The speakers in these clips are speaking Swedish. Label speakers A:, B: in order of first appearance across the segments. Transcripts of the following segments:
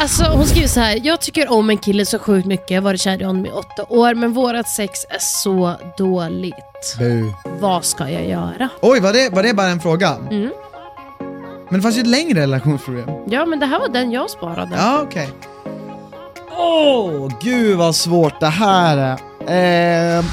A: Alltså hon skriver så här, jag tycker om en kille så sjukt mycket, jag har varit kär i honom i åtta år, men vårat sex är så dåligt.
B: Bu.
A: Vad ska jag göra?
B: Oj, var det, var det bara en fråga?
A: Mm.
B: Men det fanns ju ett längre relationsproblem.
A: Ja men det här var den jag sparade.
B: Ja, okej. Åh, gud vad svårt det här är. Ehm.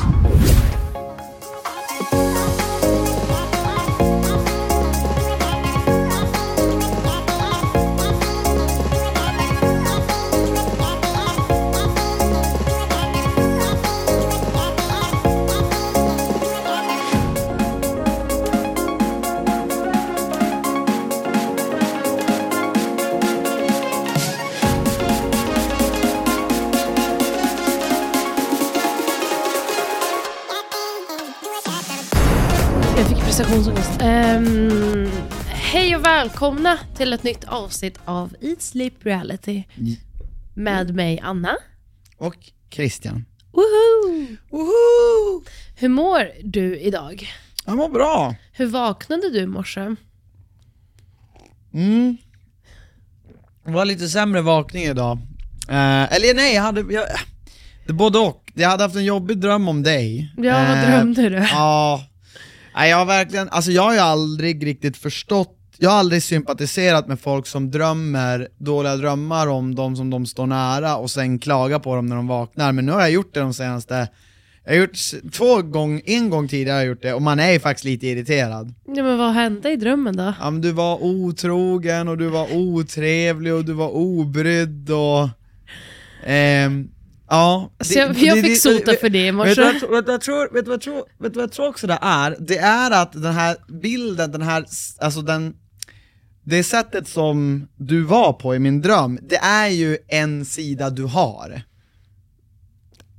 A: Jag fick prestationsångest. Ehm, hej och välkomna till ett nytt avsnitt av Eat Sleep Reality.
B: Mm.
A: Med mig Anna.
B: Och Christian.
A: Woohoo!
B: Woho!
A: Hur mår du idag?
B: Han mår bra.
A: Hur vaknade du i morse?
B: Mm. Det var lite sämre vakning idag. Eh, eller nej, jag hade... Jag, det är både och. Jag hade haft en jobbig dröm om dig.
A: Ja, vad
B: Eh,
A: drömde du?
B: Ja. Nej, jag har verkligen, alltså jag har ju aldrig riktigt förstått, jag har aldrig sympatiserat med folk som drömmer dåliga drömmar om de som de står nära och sen klagar på dem när de vaknar. Men nu har jag gjort det de senaste, jag har gjort s- två gång, en gång tidigare har jag gjort det och man är ju faktiskt lite irriterad.
A: Ja, men vad hände i drömmen då?
B: Ja men du var otrogen och du var otrevlig och du var obrydd och... Ehm, ja.
A: Så Alltså, jag, jag fick sota för det i
B: Vet du,
A: morse.
B: vad jag tror- vet, du vad jag tror, vet, du vad jag tror, vet du vad jag tror också det är? Det är att den här bilden, den här, s- alltså den, det sättet som du var på i min dröm, det är ju en sida du har.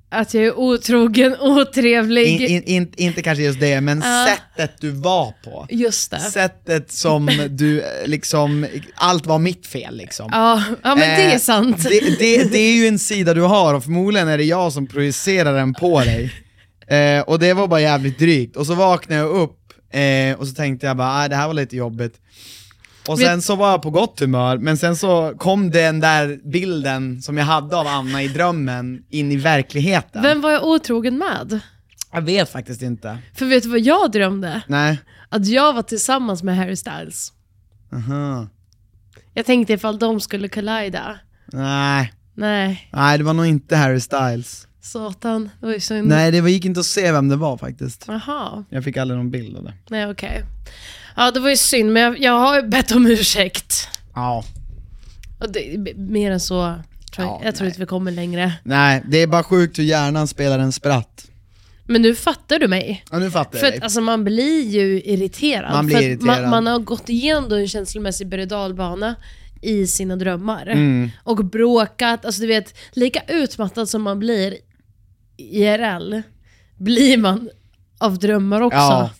A: Att jag är otrogen, otrevlig.
B: In, in, in, inte kanske just det, men
A: Ja.
B: sättet du var på.
A: Just det.
B: Sättet som du, eh, liksom, allt var mitt fel liksom.
A: Ja, ja men det är
B: Eh,
A: sant.
B: Det, det, det är ju en sida du har och förmodligen är det jag som projicerar den på dig. Eh, och det var bara jävligt drygt. Och så vaknade jag upp eh, och så tänkte jag bara, "Ah, det här var lite jobbigt. Och
A: Vet-
B: sen så var jag på gott humör, men sen så kom den där bilden som jag hade av Anna i drömmen in i verkligheten.
A: Vem var jag otrogen med?
B: Jag vet faktiskt inte.
A: För vet du vad jag drömde?
B: Nej.
A: Att jag var tillsammans med Harry Styles.
B: Aha.
A: Jag tänkte ifall de skulle kollida.
B: Nej.
A: Nej,
B: Nej, det var nog inte Harry Styles.
A: satan. Det var ju synd.
B: Nej, det var- gick inte att se vem det var faktiskt.
A: Jaha,
B: Jag fick aldrig någon bild av det.
A: nej okej. Ja, det var ju synd, men jag, jag har ju bett om ursäkt.
B: Ja.
A: Och det, b- mer än så, tror jag,
B: Ja,
A: jag tror
B: nej.
A: inte vi kommer längre.
B: Nej, det är bara sjukt hur hjärnan spelar en spratt.
A: Men nu fattar du mig.
B: Ja nu fattar
A: För att,
B: jag dig.
A: alltså, man blir ju irriterad.
B: Man blir
A: för att Man,
B: irriterad.
A: man har gått igenom då en känslomässig berg och dalbana i sina drömmar.
B: Mm.
A: Och bråkat, alltså du vet, lika utmattad som man blir IRL, blir man av drömmar också.
B: Ja.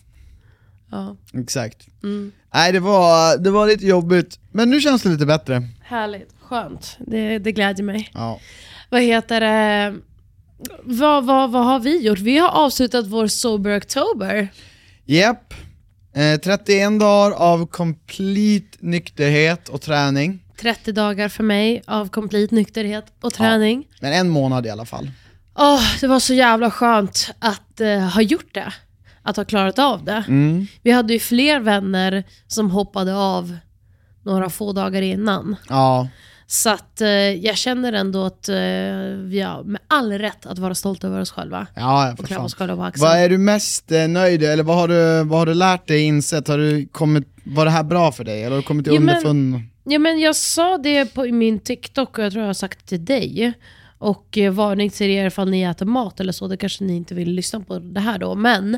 A: Ja,
B: Exakt.
A: Mm.
B: Nej det var, det var lite jobbigt, men nu känns det lite bättre.
A: Härligt, skönt. Det, det glädjer mig.
B: Ja.
A: Vad heter det? Vad, vad, vad har vi gjort? Vi har avslutat vår Sober October.
B: Japp. Eh, 31 dagar av komplett nykterhet och träning.
A: 30 dagar för mig av komplet nykterhet och träning.
B: Men en månad i alla fall.
A: Åh, det var så jävla skönt att eh, ha gjort det.
B: Mm.
A: Att ha klarat av det. Vi hade ju fler vänner som hoppade av några få dagar innan.
B: Ja,
A: Så att eh, jag känner ändå att eh, vi har med all rätt att vara stolta över oss själva.
B: ja
A: Och
B: för
A: klappa
B: fan.
A: oss själva på axeln.
B: Vad är du mest eh, nöjd eller vad har du, vad har du lärt dig, insett? Har du kommit, var det här bra för dig? Eller har du kommit till
A: Jo, men-
B: underfund?
A: Ja, men jag sa det på i min TikTok och jag tror jag har sagt det till dig. Och eh, varning till er ifall ni äter mat eller så, det kanske ni inte vill lyssna på det här då. Men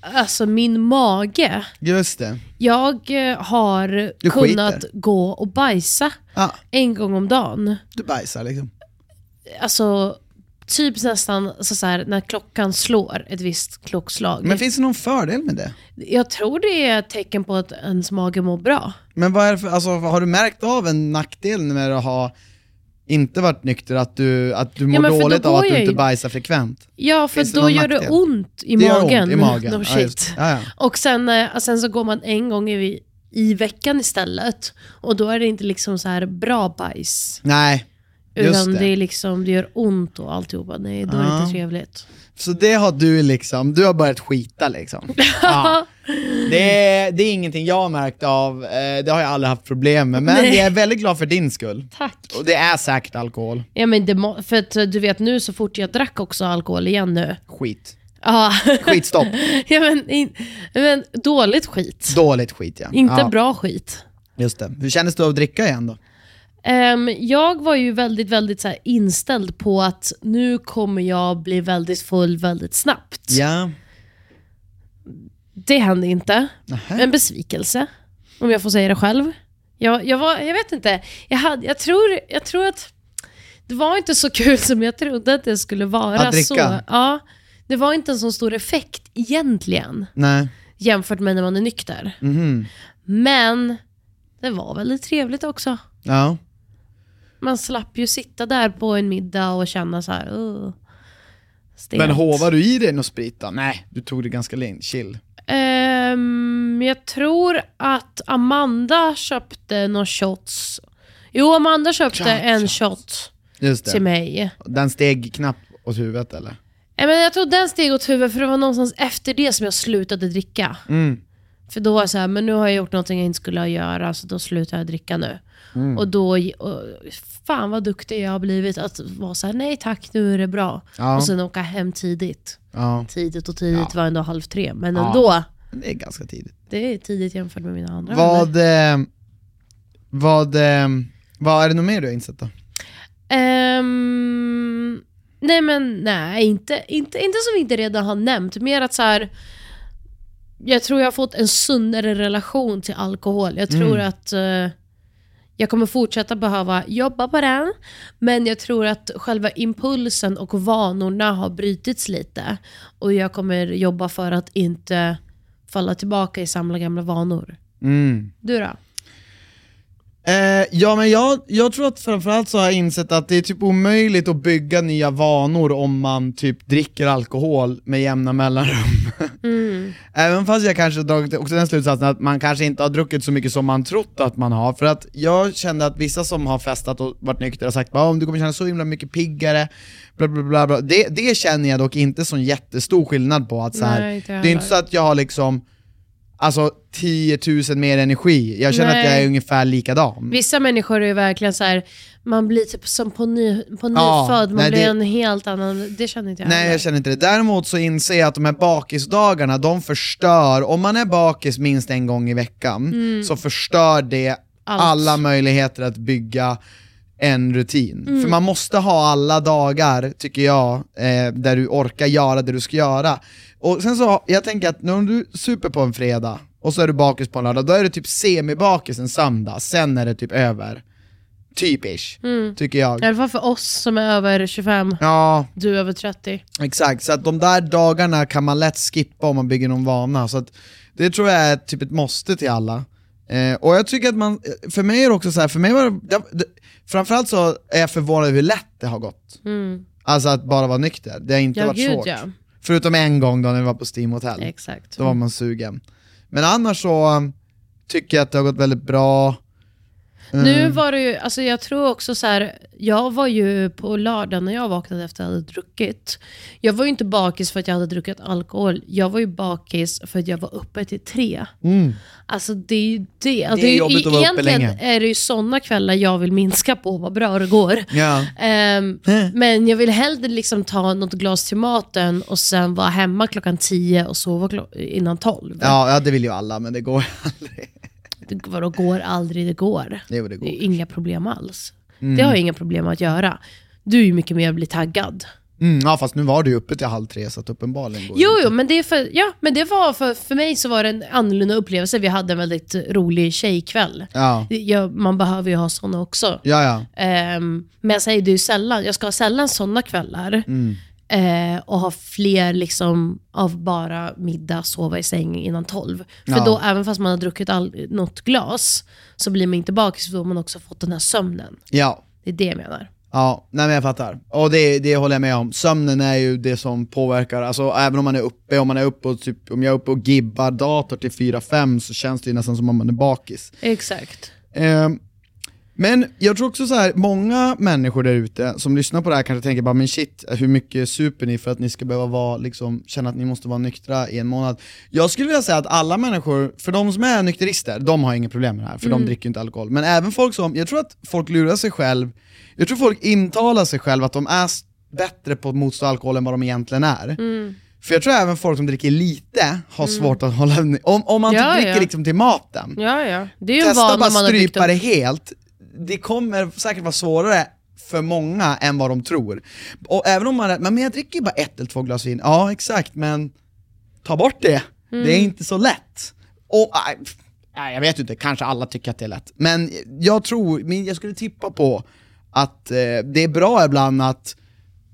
A: alltså min mage,
B: Just det.
A: jag eh, har
B: Du skiter.
A: kunnat gå och bajsa
B: Ja,
A: en gång om dagen.
B: du bajsar liksom.
A: Alltså typ nästan så så här, när klockan slår ett visst klockslag.
B: Men finns det någon fördel med det?
A: Jag tror det är ett tecken på att ens mage mår bra.
B: Men vad är det för, alltså, har du märkt av en nackdel med att ha inte varit nykter, att du, att du mår
A: men för då
B: dåligt av
A: går
B: att du
A: jag
B: inte
A: ju-
B: bajsar frekvent?
A: Ja, för
B: Finns det
A: då
B: någon
A: gör det
B: nackdel?
A: ont i
B: Det gör
A: magen.
B: ont i magen.
A: No
B: Ja, just
A: shit.
B: det. ja, ja.
A: Och sen, eh, och sen så går man en gång i, i veckan istället. Och då är det inte liksom så här bra bajs.
B: Nej, just
A: Utan
B: det.
A: det. är liksom, det gör ont och alltihopa. Nej, då är det
B: Ja.
A: inte trevligt.
B: Så det har du liksom, du har börjat skita liksom. Ja. Det, är, det är ingenting jag har märkt av, eh, det har jag aldrig haft problem med. Men
A: Nej.
B: jag är väldigt glad för din skull.
A: Tack.
B: Och det är säkert alkohol.
A: Ja, men det, må- för att eh, du vet nu så fort jag drack också alkohol igen nu.
B: Skit.
A: Ja,
B: Skitstopp.
A: ja men, in, men dåligt skit.
B: Dåligt skit ja.
A: inte
B: ja,
A: bra skit.
B: Just det. Hur kändes det att dricka igen då?
A: Ehm, jag var ju väldigt, väldigt så här inställd på att nu kommer jag bli väldigt full väldigt snabbt.
B: Ja.
A: Det hände inte.
B: Nähä.
A: En besvikelse, om jag får säga det själv. Jag, jag, var, jag vet inte, jag, hade, jag, tror, jag tror att det var inte så kul som jag trodde att det skulle vara.
B: Att dricka?
A: Så, ja, det var inte en så stor effekt egentligen,
B: Nej.
A: jämfört med när man är nykter.
B: Mhm.
A: Men det var väldigt trevligt också.
B: Ja.
A: Man slapp ju sitta där på en middag och känna så här, "Åh, stelt."
B: Men hovar du i dig någon sprit då? Nej, du tog det ganska lin- chill.
A: Ehm, jag tror att Amanda köpte några shots. Jo, Amanda köpte
B: Shots,
A: en shot
B: Just
A: till
B: det.
A: mig.
B: Den steg knappt åt huvudet eller?
A: Nej, Men jag tror den steg åt huvudet, för det var någonstans efter det som jag slutade dricka.
B: Mm.
A: För då var jag så här, men nu har jag gjort någonting jag inte skulle göra, så då slutar jag dricka nu.
B: Mm.
A: Och då, och, fan vad duktig jag har blivit att vara så här, nej tack, nu är det bra.
B: Ja.
A: Och sen åka hem tidigt.
B: Ja.
A: Tidigt och tidigt var ändå halv tre, men
B: Ja.
A: ändå.
B: Det är ganska tidigt.
A: Det är tidigt jämfört med mina andra vänner.
B: Vad, eh, vad, eh, vad är det nog mer du har insett då?
A: Ehm, nej men nej, inte, inte, inte som vi inte redan har nämnt. Mer att så här. Jag tror jag har fått en sundare relation till alkohol. Jag tror att eh, jag kommer fortsätta behöva jobba på den. Men jag tror att själva impulsen och vanorna har brytits lite. Och jag kommer jobba för att inte falla tillbaka i samma gamla vanor.
B: Mm.
A: Du då?
B: Eh, ja men jag, jag tror att framförallt så har jag insett att det är typ omöjligt att bygga nya vanor om man typ dricker alkohol med jämna mellanrum.
A: Mm.
B: Även fast jag kanske har dragit också den slutsatsen att man kanske inte har druckit så mycket som man trott att man har. För att jag kände att vissa som har festat och varit nykter har sagt att du kommer känna så himla mycket piggare, bla bla bla. bla. Det, det känner jag dock inte som jättestor skillnad på att så här,
A: Nej, inte jag
B: det är inte så att jag har liksom Alltså 10 000 mer energi, jag känner
A: Nej.
B: att jag är ungefär likadan.
A: Vissa människor är ju verkligen så här, man blir typ som på, ny, på
B: Ja,
A: nyfödd, man
B: nej,
A: blir
B: det-
A: en helt annan, det känner inte jag
B: Nej
A: heller.
B: jag känner inte det. Däremot så inser jag att de här bakisdagarna, de förstör, om man är bakis minst en gång i veckan, så förstör det
A: Allt.
B: alla möjligheter att bygga en rutin. För man måste ha alla dagar, tycker jag, eh, där du orkar göra det du ska göra. Och sen så, jag tänker att när du super på en fredag, och så är du bakis på en lördag, då är du typ semibakis en söndag, sen är det typ över. Typ ish, tycker jag.
A: I alla fall för oss som är över 25,
B: Ja,
A: du är över 30.
B: Exakt, så att de där dagarna kan man lätt skippa om man bygger någon vana. Så att det tror jag är typ ett måste till alla. Eh, och jag tycker att man, för mig är det också så här, för mig var det, det, det, framförallt så är jag förvånad över hur lätt det har gått. Alltså att bara vara nykter, det har inte
A: Mm. Ja,
B: varit
A: gud,
B: svårt.
A: ja.
B: Förutom en gång då när vi var på Steam Hotel.
A: Exakt.
B: Då var man sugen. Men annars så um, tycker jag att det har gått väldigt bra.
A: Nu var det ju, alltså jag tror också så här, jag var ju på lördag när jag vaknade efter att jag hade druckit. Jag var ju inte bakis för att jag hade druckit alkohol, jag var ju bakis för att jag var uppe till tre. Alltså det är ju det. Alltså,
B: Mm. är
A: ju-
B: jobbigt att vara uppe
A: egentligen
B: länge.
A: är det ju sådana kvällar jag vill minska på, vad bra det går.
B: Ja.
A: Ehm, men jag vill hellre liksom ta något glas till maten och sen vara hemma klockan 10 och sova klo- innan 12.
B: Ja, ja, det vill ju alla, men det går aldrig.
A: Det, vadå, går aldrig, det går.
B: Jo, det går.
A: är inga problem alls.
B: Mm.
A: Det har jag inga problem att göra. Du är ju mycket mer att bli taggad.
B: Mm, ja, fast nu var du ju uppe till halv tre, så att uppenbarligen går det
A: Jo,
B: inte.
A: jo men, det är för, ja, men det var för, för mig så var det en annorlunda upplevelse. Vi hade en väldigt rolig tjejkväll.
B: Ja,
A: Jag, man behöver ju ha såna också.
B: ja, ja.
A: Ehm, men jag säger det ju sällan, jag ska ha sällan sådana kvällar.
B: Mm.
A: Eh, och ha fler liksom av bara middag, sova i säng innan tolv. För
B: Ja.
A: då, även fast man har druckit all, något glas, så blir man inte bakis, för då har man också fått den här sömnen.
B: ja.
A: Det är det jag menar.
B: Ja, nej men jag fattar. Och det, det håller jag med om. Sömnen är ju det som påverkar, alltså även om man är uppe, om man är uppe och typ, om jag är uppe och gibbar dator till 4-5 så känns det ju nästan som om man är bakis.
A: Exakt.
B: Ehm, men jag tror också så här, många människor där ute som lyssnar på det här kanske tänker bara men shit, hur mycket super ni för att ni ska behöva vara, liksom, känna att ni måste vara nyktra i en månad? Jag skulle vilja säga att alla människor, för de som är nykterister, de har inga problem med det här, för
A: Mm.
B: de dricker ju inte alkohol. Men även folk som, jag tror att folk lurar sig själv, jag tror folk intalar sig själv att de är s- bättre på att motstå alkohol än vad de egentligen är.
A: Mm.
B: För jag tror även folk som dricker lite har svårt att hålla, om, om man
A: Ja,
B: typ dricker
A: ja.
B: liksom till maten,
A: Ja, ja. Det är ju en
B: Testa
A: vana
B: bara
A: man har byggt
B: strypa det
A: upp.
B: helt. Det kommer säkert vara svårare för många än vad de tror. Och även om man är, men jag dricker ju bara ett eller två glas vin. Ja, exakt, men ta bort det.
A: Mm.
B: Det är inte så lätt. Och, nej, pff, nej, jag vet inte, kanske alla tycker att det är lätt. Men jag tror, men jag skulle tippa på att eh, det är bra ibland att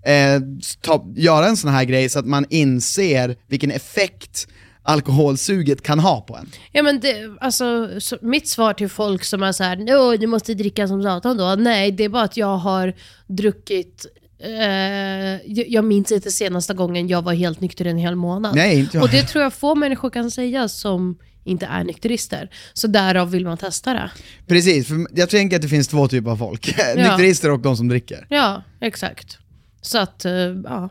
B: eh, ta, göra en sån här grej så att man inser vilken effekt alkoholsuget kan ha på en.
A: Ja, men det, alltså, så, mitt svar till folk som är så här, "Åh, du måste dricka som satan då. Nej, det är bara att jag har druckit eh, jag- jag minns inte senaste gången jag var helt nykter en hel månad.
B: Nej, inte jag.
A: Och det tror jag få människor kan säga som inte är nykterister. Så därav vill man testa det.
B: Precis, för jag tänker att det finns två typer av folk. Nykterister och de som dricker.
A: Ja, exakt. Så att, eh, ja.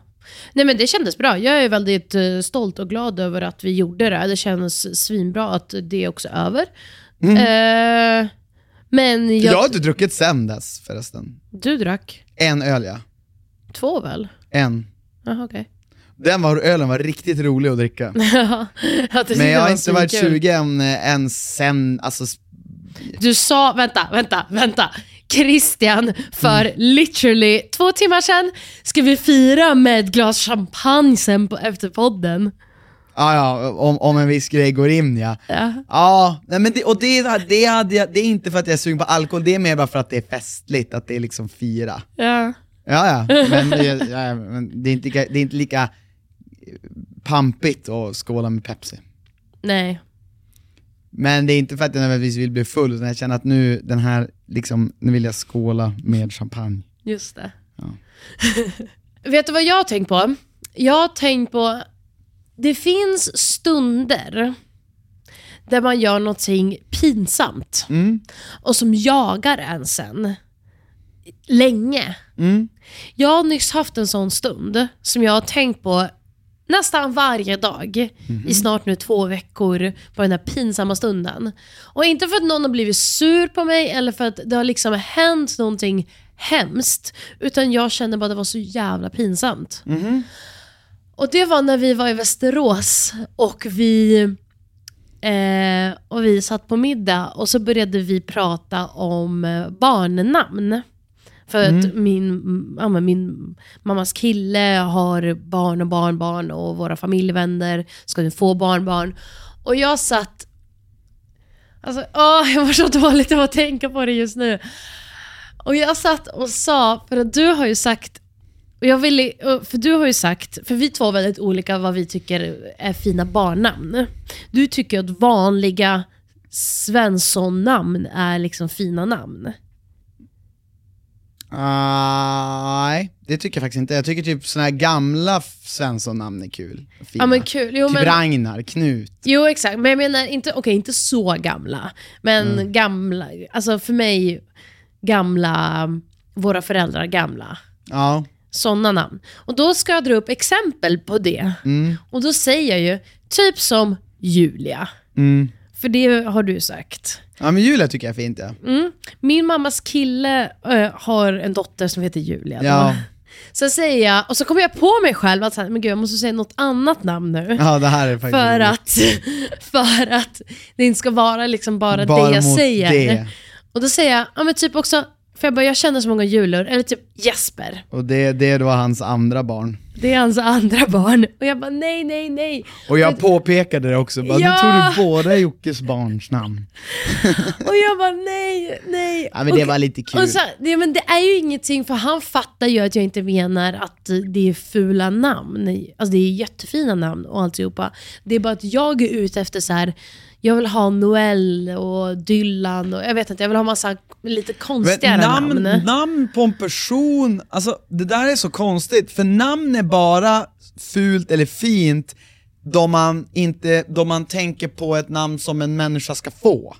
A: Nej men det kändes bra. Jag är väldigt eh, stolt och glad över att vi gjorde det. Det känns svinbra att det också är över.
B: Mm.
A: Eh, men
B: Jag,
A: jag...
B: har inte druckit sen dess förresten.
A: Du drack
B: En öl ja.
A: två väl?
B: En.
A: Jaha okej.
B: Den var, ölen var riktigt rolig att dricka.
A: Ja, jag tyckte
B: Men
A: det
B: jag
A: var
B: har inte varit
A: svinkul.
B: sugen eh, än sen, alltså s-
A: Du sa, vänta, vänta, vänta. Christian, för
B: Mm.
A: literally två timmar sedan ska vi fira med ett glas champagne sen på, efter podden.
B: ja, ah, ja, om, om en viss grej går in ja.
A: Ja.
B: Ja, nej, men det, och det, det, hade jag, det är inte för att jag är sugen på alkohol, det är mer bara för att det är festligt, att det är liksom fira.
A: Ja.
B: Ja, ja. Men, det, ja, ja, men det, är inte, lika- det är inte lika eh, pampigt att skåla med Pepsi.
A: Nej.
B: Men det är inte för att jag nödvändigtvis vill bli full, utan jag känner att nu, den här, liksom, nu vill jag skåla med champagne.
A: Just det.
B: Ja.
A: Vet du vad jag har tänkt på? Jag har tänkt på, det finns stunder där man gör någonting pinsamt och som jagar en sen länge. Jag har nyss haft en sån stund som jag har tänkt på nästan varje dag i snart nu två veckor på den här pinsamma stunden. Och inte för att någon har blivit sur på mig eller för att det har liksom hänt någonting hemskt, utan jag kände bara att det var så jävla pinsamt. Och det var när vi var i Västerås och vi Eh, och vi satt på middag och så började vi prata om eh, barnnamn. För att min, mm, ja, men min mammas kille har barn och barnbarn och våra familjevänner ska nu få barnbarn. Och jag satt... Alltså, åh, jag mår så dåligt av att tänka på det just nu. Och jag satt och sa, för att du har ju sagt och jag ville, och- för du har ju sagt, för vi två är väldigt olika vad vi tycker är fina barnnamn. Du tycker att vanliga Svensson-namn är liksom fina namn.
B: Ah, Nej, det tycker jag faktiskt inte. Jag tycker typ såna här gamla f- Svensson-namn är kul. Fina.
A: Ja men kul. Jo,
B: typ
A: men,
B: Ragnar, Knut.
A: jo exakt, men jag menar inte, okej inte så gamla. Men
B: Mm.
A: gamla, alltså för mig gamla, våra föräldrar gamla.
B: Ja,
A: Sådana namn. Och då ska jag dra upp exempel på det.
B: mm,
A: Och då säger jag ju, typ som Julia.
B: mm.
A: För det har du sagt.
B: Ja men Julia tycker jag är fint ja.
A: Mm. Min mammas kille eh, har en dotter som heter Julia. då.
B: Ja,
A: Så säger jag, och så kommer jag på mig själv att så här, men gud, jag måste säga något annat namn nu.
B: ja det här är faktiskt
A: För
B: roligt.
A: att, för att det inte ska vara liksom bara,
B: Bara
A: det jag
B: mot
A: säger.
B: det.
A: Och då säger jag, ja men typ också, för jag bara, jag känner så många julor, eller typ Jesper.
B: Och det, det är då hans andra barn.
A: Det är hans andra barn. Och jag bara, nej, nej, nej.
B: Och jag påpekade det också, bara,
A: Ja.
B: nu tog du båda Jockes barns namn.
A: Och jag bara, nej, nej.
B: Ja men det
A: Och-
B: var lite kul.
A: Och så, det, men det är ju ingenting, för han fattar ju att jag inte menar att det är fula namn. Alltså det är jättefina namn och alltihopa. Det är bara att jag är ute efter så här. jag vill ha Noel och Dylan och jag vet inte, jag vill ha massa lite konstigare namn.
C: namn. Namn på en person, alltså det där är så konstigt, för namn är bara
B: fult eller fint då man, inte, då man tänker på ett namn som en människa ska få.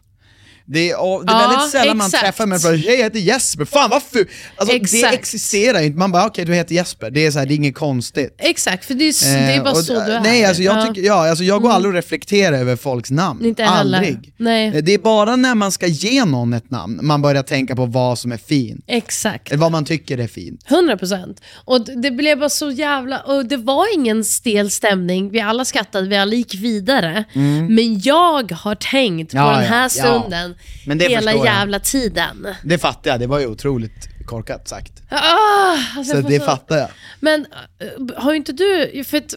B: Det är, och det är
A: Ja,
B: väldigt sällan man
A: exakt.
B: träffar människor och bara, "Hej, jag heter Jesper, fan vad fult! Alltså, det
A: Exakt.
B: existerar ju inte, man bara okej du heter Jesper, det är, så här, det är inget konstigt.
A: Exakt, för det är, s- det är
B: Eh,
A: bara
B: och-
A: så du är.
B: Nej, alltså jag,
A: Ja. Mm.
B: tycker, ja, alltså jag går aldrig och reflekterar över folks namn.
A: Inte heller.
B: aldrig.
A: Nej.
B: Eh, Det är bara när man ska ge någon ett namn man börjar tänka på vad som är fint,
A: Exakt.
B: eller vad man tycker är fint.
A: 100 procent. Och d- det blev bara så jävla... Och det var ingen stel stämning. Vi alla skrattade, vi alla gick vidare. Men jag har tänkt på
B: Mm. Ja,
A: den
B: ja,
A: här
B: ja.
A: stunden
B: Men det
A: hela
B: förstår jag.
A: jävla tiden.
B: Det fattar jag, det var ju otroligt korkat sagt.
A: Ah, alltså
B: Så
A: jag får
B: det
A: så-
B: fattar jag.
A: Men eh, har inte du... För att,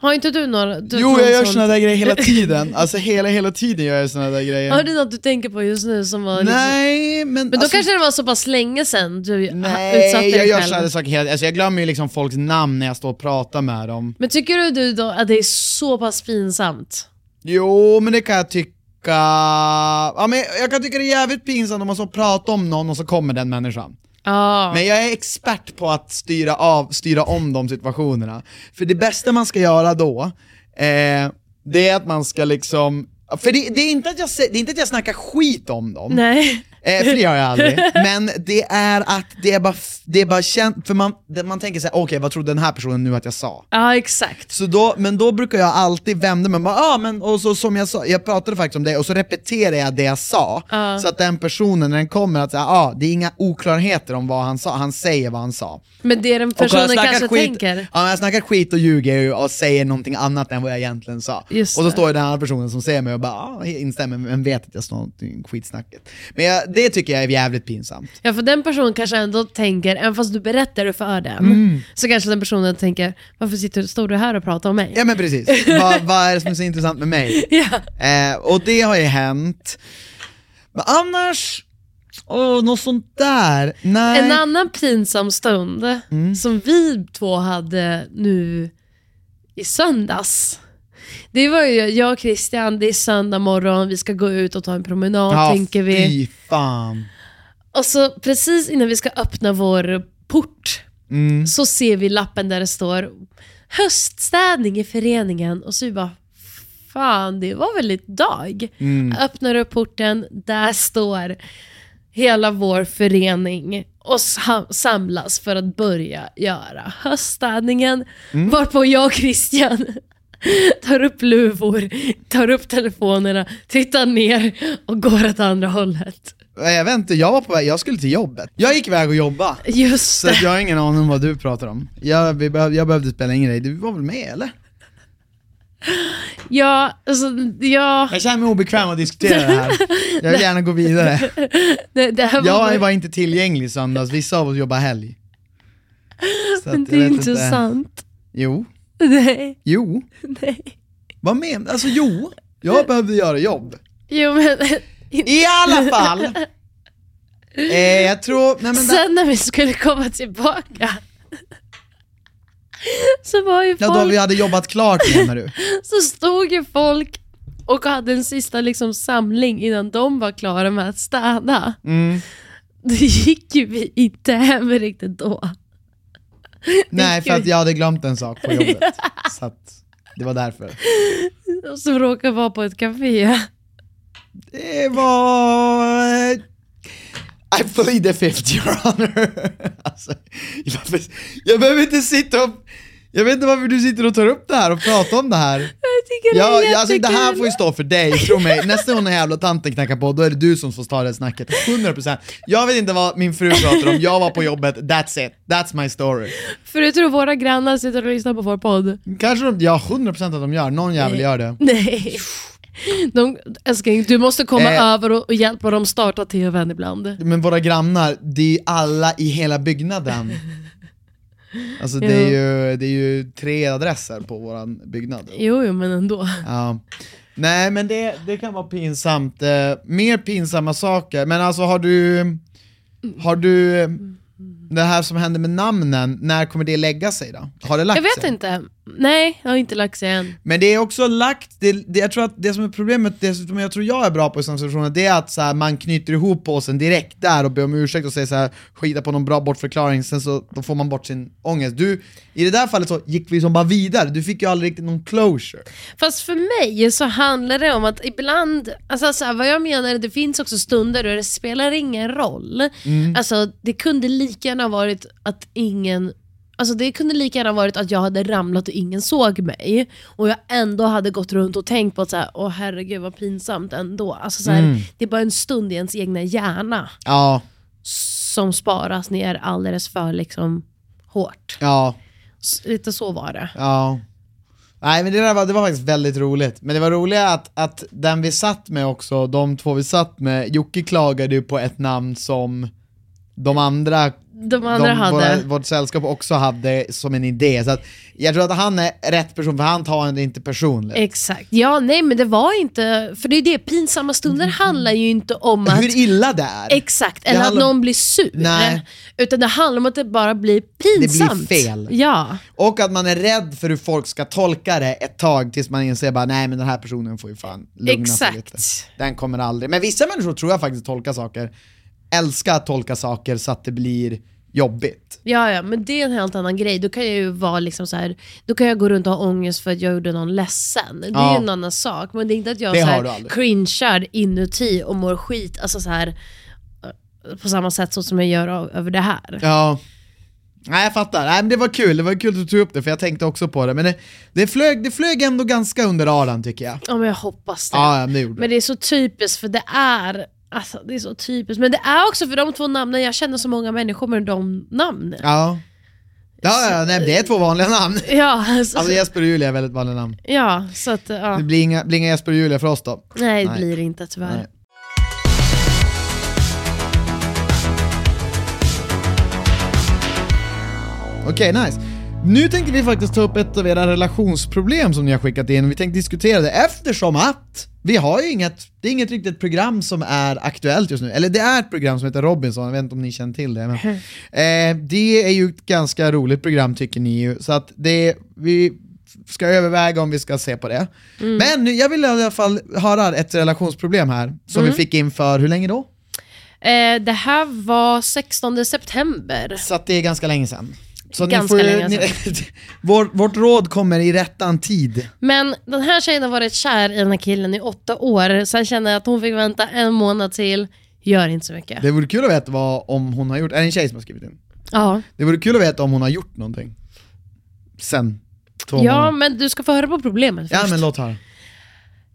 A: har inte du några... Du,
B: Jo,
A: någon
B: jag gör
A: sån-
B: såna där grejer hela tiden. Alltså hela, hela tiden gör jag såna där
A: Har
B: grejer.
A: du något du tänker på just nu som var... Liksom,
B: Nej, men...
A: men då
B: alltså,
A: kanske det var så pass länge sedan du ha-
B: Nej,
A: utsatte
B: jag
A: dig
B: gör
A: själv.
B: såna där saker hela Alltså jag glömmer ju liksom folks namn när jag står och pratar med dem.
A: Men tycker du- du då att det är så pass pinsamt?
B: Jo, men det kan jag tycka... Ja, men jag kan tycka det är jävligt pinsamt om man så pratar om någon och så kommer den människan.
A: Ja.
B: Men jag är expert på att styra, av, styra om de situationerna. För det bästa man ska göra då, eh, det är att man ska liksom... För det, det, är inte att jag, sä- det är inte att jag snackar skit om dem.
A: Nej.
B: Eh, för det gör jag aldrig. Men det är att det är bara, f- det är bara känt, för man, det- man tänker såhär, okej vad trodde den här personen nu att jag sa?
A: Ja, exakt.
B: Så då, men då brukar jag alltid vända mig, bara, ah, men, och så, som jag sa, jag pratade faktiskt om det, och så repeterar jag det jag sa.
A: Ja.
B: Så att den personen när den kommer, att säga, ah, det är inga oklarheter om vad han sa, han säger vad han sa.
A: Men det den
B: Och har jag
A: personen
B: snackat
A: kanske
B: skit,
A: tänker.
B: Ja, men jag snackar skit och ljuger ju och säger någonting annat än vad jag egentligen sa.
A: Just
B: och så
A: det.
B: står ju den andra personen som ser mig och bara ah, instämmer men vet att jag sa någonting skitsnacket. Men jag, det tycker jag är jävligt pinsamt.
A: Ja, för den personen kanske ändå tänker, även fast du berättar det för den,
B: Mm.
A: så kanske den personen tänker, varför sitter, står du här och pratar om mig?
B: Ja men precis, vad vad är det som är så intressant med mig?
A: Ja.
B: Eh, och det har ju hänt. Men annars, åh, något sånt där. Nej.
A: En annan pinsam stund
B: Mm.
A: som vi två hade nu i söndags. Det var ju jag och Christian, det är söndag morgon, vi ska gå ut och ta en promenad
B: ja,
A: tänker vi.
B: fy fan.
A: Och så precis innan vi ska öppna vår port
B: Mm.
A: så ser vi lappen där det står höststädning i föreningen och så vi bara fan det var väl idag. Öppnar upp porten, där står hela vår förening och sa- samlas för att börja göra höststädningen. Varpå jag och Christian tar upp luvor, tar upp telefonerna, tittar ner och går åt andra hållet.
B: Eh, Jag vet inte, jag var på väg, jag skulle till jobbet. Jag gick iväg och jobba.
A: Just
B: Så att
A: det.
B: jag har ingen aning om vad du pratar om. Jag, vi behöv, jag behövde spela in dig, du var väl med eller?
A: Ja, alltså, ja,
B: Jag känner mig obekväm att diskutera det här. Jag vill gärna gå vidare.
A: det, det här
B: Jag var inte tillgänglig i söndags, vissa av oss jobbar helg. Så att
A: Men
B: jag
A: det är
B: vet
A: inte sant.
B: Jo,
A: Nej,
B: jo.
A: nej.
B: Vad menar Alltså jo, jag behövde göra jobb.
A: Jo men,
B: I alla fall! Eh, jag tror, nej men där,
A: sen när vi skulle komma tillbaka så var ju
B: ja, då
A: folk,
B: vi hade jobbat klart menar du?
A: så stod ju folk
B: Mm.
A: och hade en sista liksom samling innan de var klara med att städa. Då gick ju vi inte hem riktigt då.
B: Nej, för att jag hade glömt en sak på jobbet. Så att det var därför.
A: Som råkar vara på ett café.
B: Det var... I plead the fifth, your honor. Alltså, jag, jag behöver inte sitta och... Jag vet inte varför du sitter och tar upp det här och pratar om det här.
A: Jag tycker det är
B: Ja,
A: jättekul.
B: ja, alltså, det här får ju stå för dig, tro mig. Nästa gång den här jävla tanten knackar på, då är det du som får ta det snacket. 100%. Jag vet inte vad min fru pratar om, jag var på jobbet, that's it. That's my story.
A: För du tror våra grannar sitter och lyssnar på vår podd?
B: Kanske de, ja 100% att de gör, någon jävel gör det.
A: Nej. De, älskling, du måste komma
B: Eh.
A: över och, och hjälpa dem starta tvn ibland.
B: Men våra grannar, det är alla i hela byggnaden. Alltså det är ju, det är ju tre adresser på vår byggnad.
A: Jo, jo, men ändå.
B: Ja. Nej men det, det kan vara pinsamt, eh, mer pinsamma saker. Men alltså har du, har du eh, det här som händer med namnen, när kommer det lägga sig då? Har det lagt
A: Jag vet
B: sig?
A: inte. Nej, jag har inte lagt sig än.
B: Men det är också lagt, det, det, jag tror att det som är problemet, det som jag tror jag är bra på i samtalsrelationer, det är att så här, man knyter ihop påsen direkt där och ber om ursäkt och säger så här, skita på någon bra bortförklaring, sen så då får man bort sin ångest. Du, i det där fallet så gick vi som bara vidare, du fick ju aldrig riktigt någon closure.
A: Fast för mig så handlar det om att ibland, alltså så här, vad jag menar är att det finns också stunder då det spelar ingen roll. Alltså det kunde lika gärna varit att ingen Alltså det kunde lika gärna varit att jag hade ramlat och ingen såg mig och jag ändå hade gått runt och tänkt på att så här, åh herregud vad pinsamt ändå. Alltså så här, Det är bara en stund i ens egna hjärna
B: Ja,
A: som sparas ner alldeles för liksom hårt.
B: ja,
A: S- Lite så var det.
B: ja. Nej men det där var, det var faktiskt väldigt roligt, men det var roligt att, att den vi satt med också, de två vi satt med, Jocke klagade ju på ett namn som de andra
A: De andra
B: de,
A: hade...
B: Våra, vårt sällskap också hade som en idé. Så att jag tror att han är rätt person, för han tar det inte personligt.
A: Exakt. Ja, nej men det var inte, för det är det, pinsamma stunder handlar ju inte om att
B: Mm. Hur illa det är.
A: Exakt, eller att
B: handlar-
A: någon blir sur.
B: Nej.
A: Utan det handlar om att det bara blir
B: blir
A: pinsamt.
B: fel.
A: Ja.
B: och att man är rädd för hur folk ska tolka det ett tag tills man inser bara nej men den här personen får ju fan lugna sig
A: Exakt.
B: lite. Den kommer aldrig. Men vissa människor tror jag faktiskt tolkar saker, älskar att tolka saker så att det blir jobbigt.
A: Ja, ja, men det är en helt annan grej. Då kan jag ju vara liksom så här, då kan jag gå runt och ha ångest för att jag gjorde någon ledsen. Det är
B: Ja.
A: ju en annan sak. Men det är inte att jag
B: Det
A: så
B: har du
A: här,
B: aldrig.
A: cringear inuti och mår skit, alltså så här, eh, på samma sätt så som jag gör av, över det här.
B: Ja. Nej jag fattar, Nej, men det var kul, det var kul att du tog upp det för jag tänkte också på det. Men det, det, flög, det flög ändå ganska under radarn tycker jag.
A: Ja, men jag hoppas det.
B: Ja, ja, men det gjorde det.
A: Men det är så typiskt för det är Alltså det är så typiskt, men det är också för de två namnen, jag känner så många människor med de namnen.
B: Ja. Ja, ja nej, det är två vanliga namn.
A: Ja, alltså,
B: Alltså Jesper och Julia är väldigt vanliga namn.
A: ja så att ja.
B: Det blir inga, blir inga Jesper och Julia för oss då.
A: Nej, det
B: Nej.
A: blir det inte tyvärr.
B: Nej. Okej, nice. Nu tänkte vi faktiskt ta upp ett av era relationsproblem som ni har skickat in. Vi tänkte diskutera det eftersom att vi har ju inget, det är inget riktigt program som är aktuellt just nu. Eller det är ett program som heter Robinson, jag vet inte om ni känner till det. Men, eh, det är ju ett ganska roligt program tycker ni ju. Så att det, vi ska överväga om vi ska se på det. Men jag vill i alla fall höra ett relationsproblem här som vi fick in för, hur länge då?
A: Eh, det här var 16 september.
B: Så att det är ganska länge sedan. Så
A: Ganska
B: ju-
A: länge
B: Vår, vårt råd kommer i rättan tid.
A: Men den här tjejen har varit kär i den här killen i åtta år, sen känner jag att hon fick vänta en månad till. Gör inte så mycket.
B: Det vore kul att veta vad, om hon har gjort, är det en tjej som har skrivit in?
A: Ja.
B: Det vore kul att veta om hon har gjort någonting. Sen. Två
A: ja,
B: månader.
A: men du ska få höra på problemet först.
B: ja men låt höra.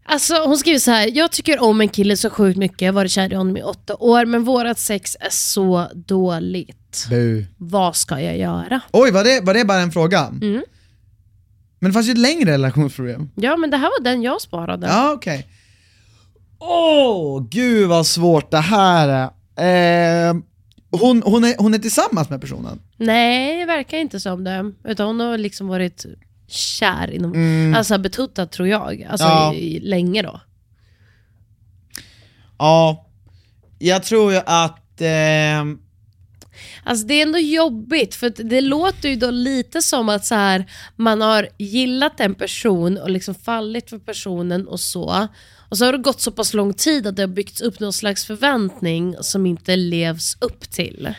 A: Alltså hon skriver så här. jag tycker om en kille så sjukt mycket, jag har varit kär i honom i åtta år, men vårat sex är så dåligt.
B: Bu.
A: Vad ska jag göra?
B: Oj, var det, var det bara en fråga?
A: Mm.
B: Men det fanns ju ett längre relationsproblem.
A: Ja men det här var den jag sparade.
B: Ja, okej. Åh, gud vad svårt det här är. Eh, hon, hon, är, hon är tillsammans med personen?
A: Nej, det verkar inte som det. Utan hon har liksom varit kär inom, alltså betuttad tror jag, alltså
B: Mm. Ja.
A: i, i, länge då.
B: Ja, jag tror ju att... ehm,
A: Alltså det är ändå jobbigt, för att det låter ju då lite som att så här, man har gillat en person och liksom fallit för personen och så. Och så har det gått så pass lång tid att det har byggts upp någon slags förväntning som inte levs upp till.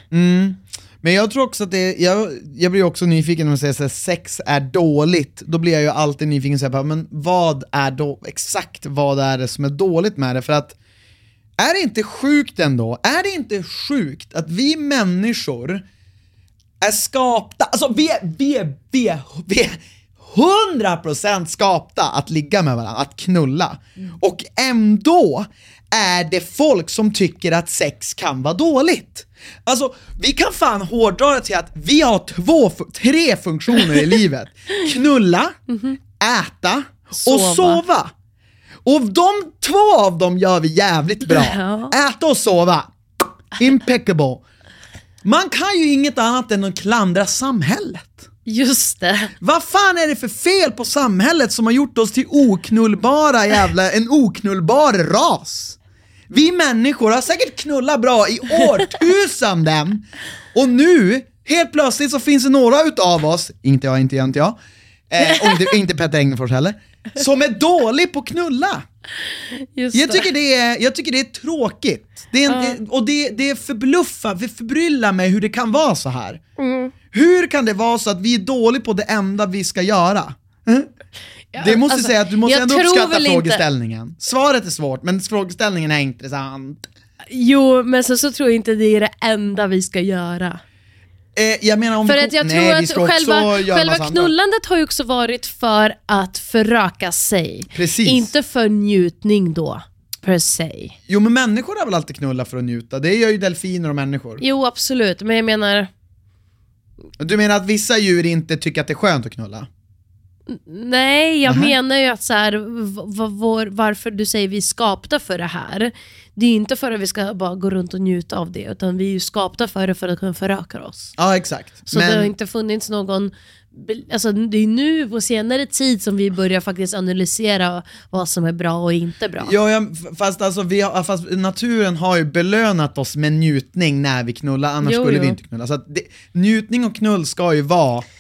B: Men jag tror också att det, jag, jag blir också nyfiken när man säger att sex är dåligt, då blir jag ju alltid nyfiken så här, på, men vad är då, exakt vad är det som är dåligt med det? För att är det inte sjukt ändå? Är det inte sjukt att vi människor är skapta, alltså vi är, vi är, vi är, vi är 100% skapta att ligga med varandra, att knulla. Och ändå är det folk som tycker att sex kan vara dåligt. Alltså, vi kan fan hårdra det till att vi har två, fu- tre funktioner i livet. Knulla, äta och
A: Sova.
B: sova. Och de två av dem gör vi jävligt bra.
A: Ja.
B: Äta och sova. Impeccable. Man kan ju inget annat än att klandra samhället.
A: Just det.
B: Vad fan är det för fel på samhället som har gjort oss till oknullbara jävla, en oknullbar ras? Vi människor har säkert knullat bra i årtusenden och nu, helt plötsligt så finns det några utav oss, inte jag, inte jag, inte jag, eh, och inte, inte Petter Engelfors heller, som är dålig på att knulla.
A: Just
B: Jag
A: det.
B: tycker det är, jag tycker det är tråkigt. Det är en, Och det, det förbluffar, det förbryllar mig hur det kan vara så här.
A: Mm.
B: Hur kan det vara så att vi är dåliga på det enda vi ska göra? Det måste
A: alltså,
B: säga att du måste
A: jag
B: ändå
A: tror
B: uppskatta
A: väl inte-
B: frågeställningen. Svaret är svårt, men frågeställningen är intressant.
A: Jo, men sen så tror jag inte det är det enda vi ska göra.
B: Eh, jag menar om
A: För
B: vi-
A: att jag
B: Nej, vi ska
A: tror att
B: också
A: själva,
B: göra
A: själva
B: massa andra.
A: knullandet har ju också varit för att föröka sig.
B: Precis.
A: Inte för njutning då, per se.
B: Jo men människor har väl alltid knullat för att njuta, det gör ju delfiner och människor.
A: Jo, absolut, men jag menar,
B: Du menar att vissa djur inte tycker att det är skönt att knulla?
A: nej, jag
B: Mhm.
A: menar ju att så här, v- v- vår, varför du säger vi är skapta för det här, det är ju inte för att vi ska bara gå runt och njuta av det, utan vi är ju skapta för det för att kunna föröka oss.
B: Ja exakt.
A: Så det har inte funnits någon, alltså det är nu på senare tid som vi börjar faktiskt analysera vad som är bra och inte bra.
B: Ja, ja, f- fast, alltså, vi har, fast naturen har ju belönat oss med njutning när vi knullar, annars
A: Jo,
B: skulle vi
A: jo.
B: inte knulla. Så att det, njutning och knull ska ju vara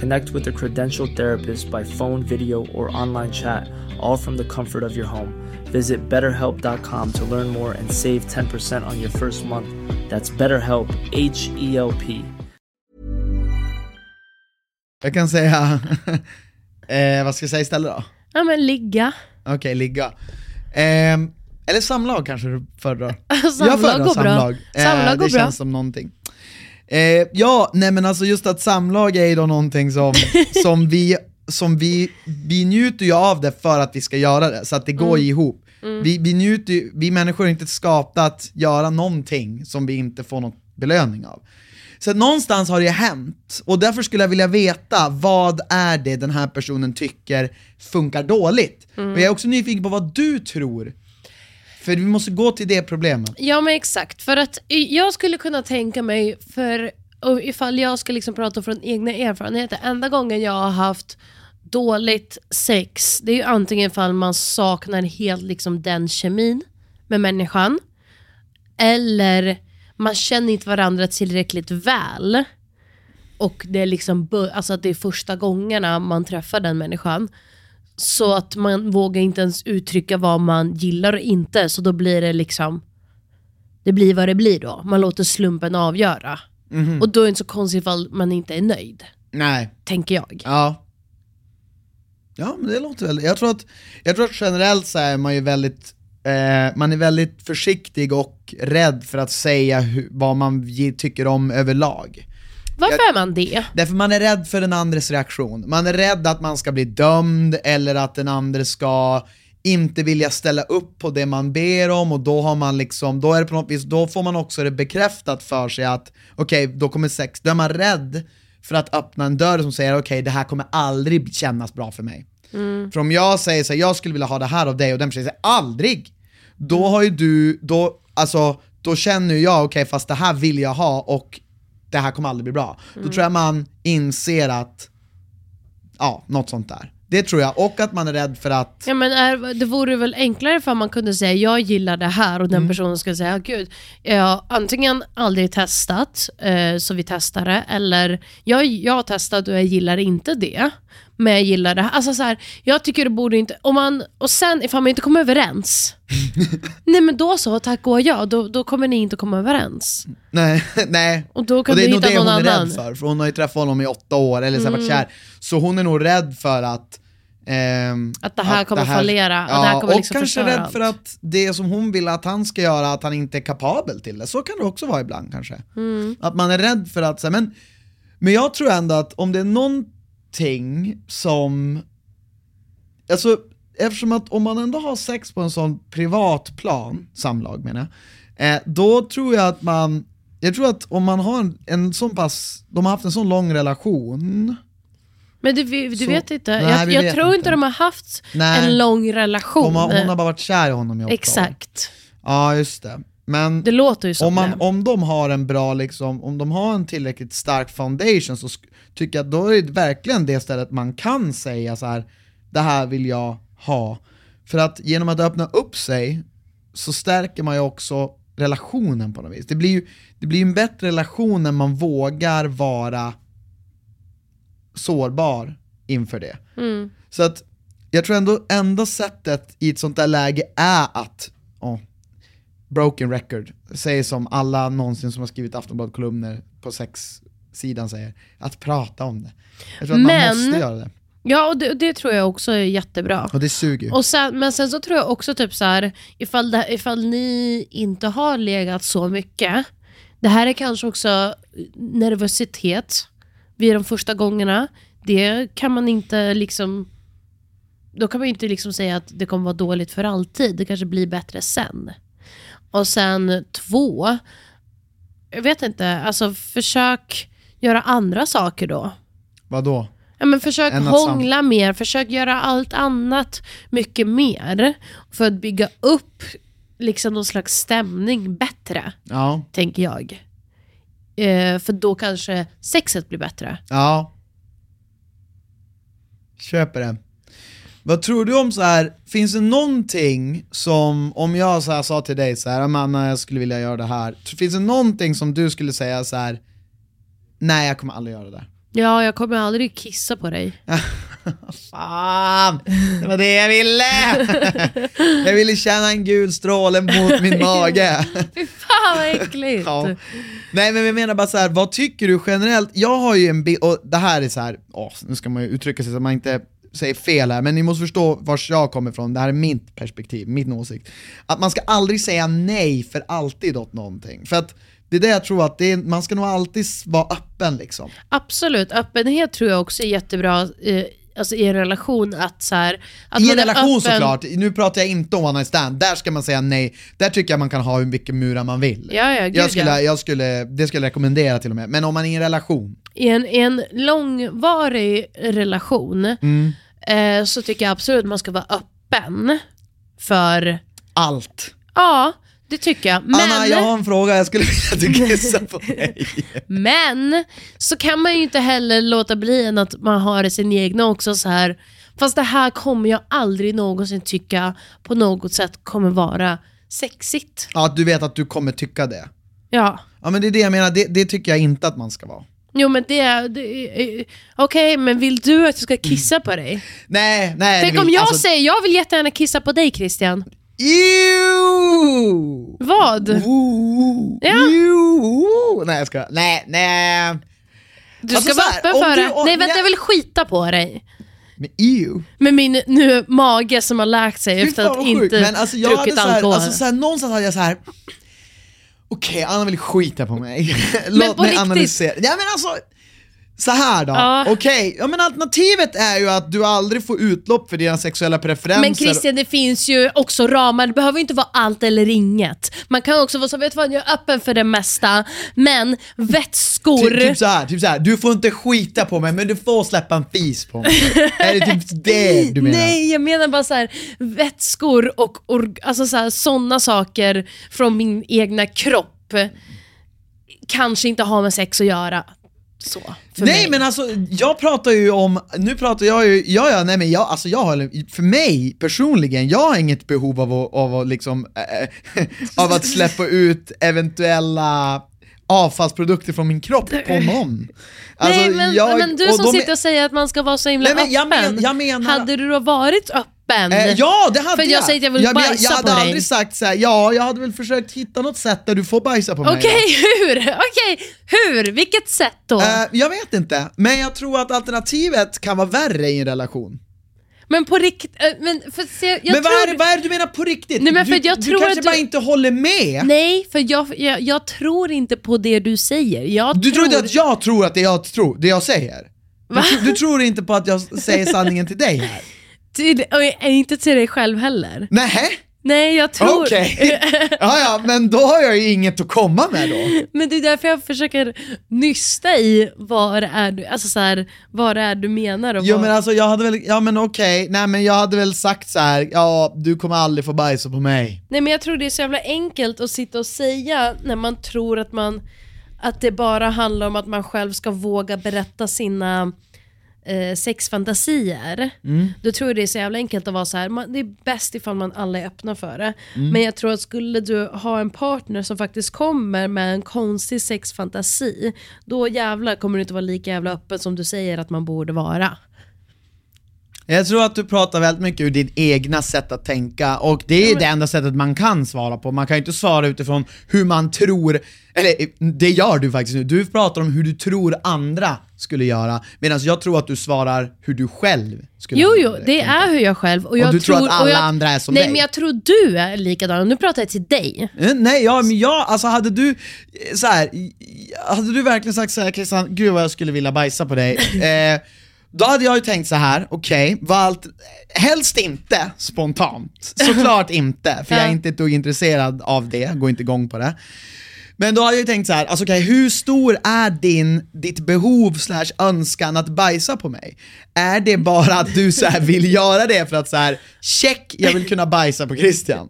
D: Connect with a credentialed therapist by phone, video, or online chat, all from the comfort of your home. Visit betterhelp.com to learn more and save 10% on your first month. That's BetterHelp, H E L P.
B: Jag kan säga, eh, vad ska jag säga istället då?
A: Ja men ligga.
B: Okej, ligga. Ehm, eller samlag kanske du föredrar? Eh,
A: Samlag går bra. Samlag går
B: det
A: bra.
B: känns som någonting. Eh, ja, nej men alltså just att samlag är ju då någonting som, som, vi, som vi, vi njuter ju av det för att vi ska göra det, så att det
A: Mm.
B: går ihop. Vi, vi, njuter, ju- vi människor är inte skapta att göra någonting som vi inte får någon belöning av. Så att någonstans har det hänt, och därför skulle jag vilja veta vad är det den här personen tycker funkar dåligt? Och jag är också nyfiken på vad du tror, för vi måste gå till det problemet.
A: Ja men exakt, för att i- jag skulle kunna tänka mig, för och ifall jag ska liksom prata från egna erfarenheter, enda gången jag har haft dåligt sex, det är ju antingen ifall man saknar helt liksom den kemin med människan, eller man känner inte varandra tillräckligt väl. Och det är liksom, bör- alltså att det är första gångerna man träffar den människan. Så att man vågar inte ens uttrycka vad man gillar och inte, så då blir det liksom det blir vad det blir då. Man låter slumpen avgöra. Och då är det inte så konstigt ifall man inte är nöjd,
B: Nej,
A: tänker jag.
B: Ja. Ja, men det låter väl. Jag tror att, jag tror att generellt så är man ju väldigt eh, man är väldigt försiktig och rädd för att säga hu- vad man ge- tycker om överlag.
A: Varför är man det?
B: Därför man är rädd för den andres reaktion. Man är rädd att man ska bli dömd eller att den andre ska inte vilja ställa upp på det man ber om och då har man liksom, då är det på något vis, då får man också det bekräftat för sig att okej, då kommer sex. Då är man rädd för att öppna en dörr som säger okej, det här kommer aldrig kännas bra för mig. För om jag säger så här, jag skulle vilja ha det här av dig och den personen säger aldrig. Då har ju du, då, alltså, då känner ju jag okej fast det här vill jag ha och det här kommer aldrig bli bra.
A: Mm.
B: Då tror jag man inser att, ja, något sånt där. Det tror jag, och att man är rädd för att,
A: Ja, men är, det vore väl enklare för man kunde säga jag gillar det här och den personen skulle säga gud, jag har antingen aldrig testat eh, så vi testar det eller jag, jag har testat och jag gillar inte det men jag gillar det här. Alltså så här, jag tycker det borde inte, om man, och sen ifall man inte kommer överens, nej men då så, tack och ja, då, då kommer ni inte komma överens.
B: nej, nej.
A: Och då kan
B: det
A: du
B: är nog
A: hitta
B: det
A: någon
B: hon är
A: annan. Mm.
B: rädd för, för hon har ju träffat honom i åtta år, eller så här, varit kär. Så hon är nog rädd för att ehm,
A: Att det här kommer fallera, att det här kommer
B: och
A: liksom
B: kanske
A: förstöra
B: rädd för
A: allt.
B: att det som hon vill att han ska göra, att han inte är kapabel till det. Så kan det också vara ibland kanske.
A: Mm.
B: Att man är rädd för att, så här, men, men jag tror ändå att om det är någonting som, alltså eftersom att om man ändå har sex på en sån privat plan, samlag menar jag, eh, då tror jag att man, jag tror att om man har en, en sån pass, de har haft en sån lång relation,
A: Men du, vi- du
B: Så-
A: vet inte,
B: Nej,
A: jag,
B: vi
A: jag
B: vet
A: tror inte.
B: inte.
A: de har haft
B: Nej.
A: en lång relation.
B: de har, hon har bara varit kär i honom i åtta år.
A: Exakt.
B: Ja, just det. Men
A: Det låter ju som
B: om, man,
A: det.
B: om de har en bra, liksom, om de har en tillräckligt stark foundation så sk- tycker jag att då är det verkligen det stället man kan säga så här, det här vill jag ha. För att genom att öppna upp sig så stärker man ju också relationen på något vis. Det blir ju det blir ju en bättre relation när man vågar vara sårbar inför det. Så att jag tror ändå enda sättet i ett sånt där läge är att, åh, broken record, säger som alla någonsin som har skrivit Aftonbladet-kolumner på sexsidan säger, att prata om det. Jag tror att
A: Men-
B: man måste göra det.
A: Ja, och det, det tror jag också är jättebra.
B: Och det suger ju.
A: Och sen, men sen så tror jag också typ så här, ifall, det, ifall ni inte har legat så mycket, det här är kanske också nervositet vid de första gångerna. Det kan man inte liksom, då kan man ju inte liksom säga att det kommer vara dåligt för alltid, det kanske blir bättre sen. Och sen två, jag vet inte, alltså försök göra andra saker då.
B: Vadå?
A: Ja, men försök
B: Än att
A: hångla mer, försök göra allt annat mycket mer. För att bygga upp liksom någon slags stämning bättre,
B: Ja,
A: tänker jag. Eh, för då kanske sexet blir bättre.
B: ja. Köper det. Vad tror du om så här? finns det någonting som, om jag så här sa till dig så här, Amanda jag skulle vilja göra det här, Tr- finns det någonting som du skulle säga så här? nej jag kommer aldrig göra det där?
A: Ja, jag kommer aldrig kissa på dig.
B: Fan, det var det jag ville! jag ville känna en gul stråle mot min mage.
A: Fy fan vad äckligt!
B: Ja. Nej men vi menar bara så här, vad tycker du generellt? Jag har ju en bild, och det här är så här, åh, nu ska man ju uttrycka sig så att man inte säger fel här, men ni måste förstå vars jag kommer ifrån, det här är mitt perspektiv, min åsikt. Att man ska aldrig säga nej för alltid åt någonting. För att det är det jag tror att det är, man ska nog alltid s- vara öppen liksom.
A: Absolut, öppenhet tror jag också är jättebra eh, alltså i en relation. Att så här, att
B: I
A: man
B: en
A: är
B: relation
A: öppen-
B: såklart, nu pratar jag inte om one night stand, där ska man säga nej, där tycker jag man kan ha hur mycket murar man vill.
A: Ja, ja, gud,
B: jag skulle,
A: ja.
B: jag skulle, det skulle jag rekommendera till och med, men om man är i en relation,
A: I en, i en långvarig relation
B: Mm.
A: eh, så tycker jag absolut man ska vara öppen för,
B: allt.
A: ja det tycker jag. Men,
B: Anna, jag har en fråga, jag skulle vilja att du kissar på mig.
A: men så kan man ju inte heller låta bli än att man har sin egna också så här. fast det här kommer jag aldrig någonsin tycka på något sätt kommer vara sexigt.
B: Ja, att du vet att du kommer tycka det.
A: Ja.
B: Ja men det är det jag menar, det, det tycker jag inte att man ska vara.
A: Jo men det, det eh, okej men vill du att jag ska kissa på dig?
B: Nej, nej. Mm. det
A: Tänk
B: vill-
A: om jag
B: alltså,
A: säger, jag vill jättegärna kissa på dig Christian.
B: Ew!
A: Vad?
B: Ooh,
A: Ja.
B: ew. Nej jag ska. Nej, nej.
A: Du ska
B: Alltså,
A: vara
B: så här,
A: öppen
B: om
A: för
B: du-
A: det.
B: om-
A: Nej vänta,
B: nej.
A: jag vill skita på dig.
B: Med EU?
A: Med min nu mage som har läkt sig
B: Fy
A: efter
B: fan,
A: att
B: vad sjukt.
A: inte
B: Men alltså jag hade
A: druckit
B: så här,
A: alkohol.
B: alltså så här, någonstans hade jag så här. okej Anna vill skita på mig. Låt
A: Men på
B: mig
A: riktigt.
B: analysera. Ja men alltså, så här då,
A: Ja.
B: okej, ja men alternativet är ju att du aldrig får utlopp för dina sexuella preferenser.
A: men Christian, det finns ju också ramar. Det behöver inte vara allt eller inget. Man kan också vara så, vet du vad, jag är öppen för det mesta, men vätskor...
B: Typ, typ såhär, typ så här, du får inte skita på mig men du får släppa en fis på mig. är det typ det du menar?
A: Nej, jag menar bara så här, vätskor och org- alltså så här, såna saker från min egna kropp kanske inte har med sex att göra. Så, för
B: nej
A: mig.
B: men alltså jag pratar ju om, nu pratar jag ju, ja ja nej men jag, alltså jag har, för mig personligen, jag har inget behov av att, av att liksom, eh, av att släppa ut eventuella avfallsprodukter från min kropp på någon. Alltså,
A: Nej men,
B: jag-
A: men du
B: och
A: som
B: de-
A: sitter och säger att man ska vara så himla
B: Nej, men jag men-
A: öppen,
B: jag menar-
A: hade du då varit öppen?
B: Eh, ja, det hade
A: För jag säger att jag vill
B: men jag,
A: bajsa
B: jag hade
A: på dig.
B: aldrig sagt såhär, ja jag hade väl försökt hitta något sätt där du får bajsa på mig.
A: Okej, hur? Okej, hur? Vilket sätt då?
B: Eh, jag vet inte, men jag tror att alternativet kan vara värre i en relation.
A: men på riktigt, eh, men för se, jag
B: men
A: tror...
B: vad, är det, vad är det du menar på riktigt?
A: Nej, men för
B: du,
A: jag
B: du
A: tror
B: kanske
A: att
B: bara
A: du-
B: inte håller med?
A: Nej, för jag, jag, jag tror inte på det du säger. Jag
B: Du tror
A: tror
B: inte att jag tror att det jag tror, det jag säger? Du, tro- du tror inte på att jag säger sanningen till dig här?
A: Till, och inte till dig själv heller.
B: Nej,
A: Nej, jag tror...
B: okej. Ja, ja, men då har jag ju inget att komma med då.
A: Men det är därför jag försöker nysta i vad det är du, alltså så här, vad det är du menar och
B: Jo
A: vad...
B: men alltså jag hade väl, ja men okej, nej men jag hade väl sagt så här. ja du kommer aldrig få bajsa på mig.
A: Nej men jag tror det är så jävla enkelt att sitta och säga när man tror att man att det bara handlar om att man själv ska våga berätta sina eh, sexfantasier. Då tror jag det är så jävla enkelt att vara så här. Man, det är bäst ifall man alla är öppna för det. Men jag tror att skulle du ha en partner som faktiskt kommer med en konstig sexfantasi, då jävlar kommer du inte vara lika jävla öppen som du säger att man borde vara.
B: Jag tror att du pratar väldigt mycket ur ditt egna sätt att tänka och det är det enda sättet man kan svara på. Man kan ju inte svara utifrån hur man tror, eller eh, det gör du faktiskt nu. Du pratar om hur du tror andra skulle göra medan jag tror att du svarar hur du själv skulle
A: Jo, jo,
B: göra.
A: det är hur jag själv... Och, jag
B: du tror att alla
A: och jag,
B: andra är som
A: nej,
B: dig?
A: Nej, men jag tror du är likadan. Nu pratar jag till dig.
B: Eh, Nej, ja, men jag, alltså hade du, eh, så här, i- i- hade du verkligen sagt så här Christian, gud vad jag skulle vilja bajsa på dig. Eh, då hade jag ju tänkt så här, okej, okay, allt, helst inte spontant. Såklart inte, för jag är
A: Ja.
B: inte ett dugg intresserad av det, går inte igång på det. Men då hade jag ju tänkt så här, alltså okej, hur stor är din, ditt behov slash önskan att bajsa på mig? Är det bara att du så här vill göra det för att så här, check, jag vill kunna bajsa på Christian?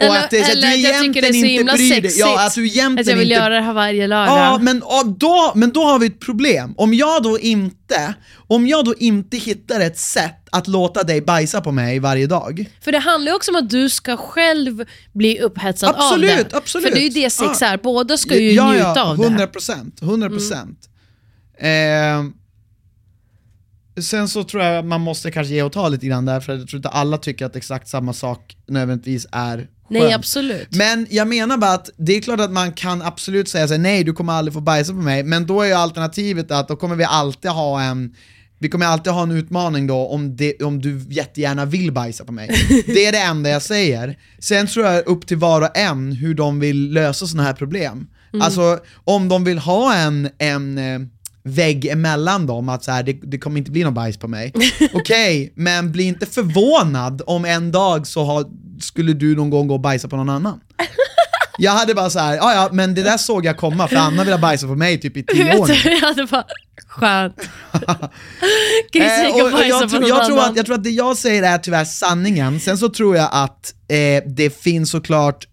B: Och
A: Eller-
B: att det är så här,
A: eller
B: du
A: att jag tycker det är
B: egentligen
A: så
B: inte
A: himla
B: bryr dig.
A: sexigt.
B: Ja, att du egentligen
A: Att jag vill
B: inte
A: göra det här varje lördag.
B: Ja, men, ja, då, men då har vi ett problem. Om jag då inte, om jag då inte hittar ett sätt att låta dig bajsa på mig varje dag.
A: För det handlar ju också om att du ska själv bli upphetsad av det.
B: Absolut, absolut.
A: För det är ju det sex
B: Ja.
A: är. Båda ska ju
B: ja,
A: njuta
B: ja,
A: av
B: 100
A: det.
B: procent, 100 procent. Eh, sen så tror jag att man måste kanske ge och ta lite grann där, för jag tror inte alla tycker att exakt samma sak nödvändigtvis är skönt.
A: Nej, absolut.
B: Men jag menar bara att det är klart att man kan absolut säga så här, nej du kommer aldrig få bajsa på mig, men då är ju alternativet att då kommer vi alltid ha en vi kommer alltid ha en utmaning då om, det, om du jättegärna vill bajsa på mig. Det är det enda jag säger. Sen tror jag upp till var och en hur de vill lösa sådana här problem. Alltså om de vill ha en, en eh, vägg emellan dem att så här, det, det kommer inte bli någon bajs på mig. Okej, men bli inte förvånad om en dag så har, skulle du någon gång gå och bajsa på någon annan. Jag hade bara så här, ja ja men det där såg jag komma för Anna ville bajsa på mig typ i tio år nu.
A: Vet du, jag hade bara, skönt. Christer
B: Eh,
A: gick och
B: och- och
A: bajsade
B: jag,
A: på
B: tror-
A: någon
B: jag, tror
A: annan.
B: att, jag tror att det jag säger är tyvärr sanningen, sen så tror jag att eh, det finns såklart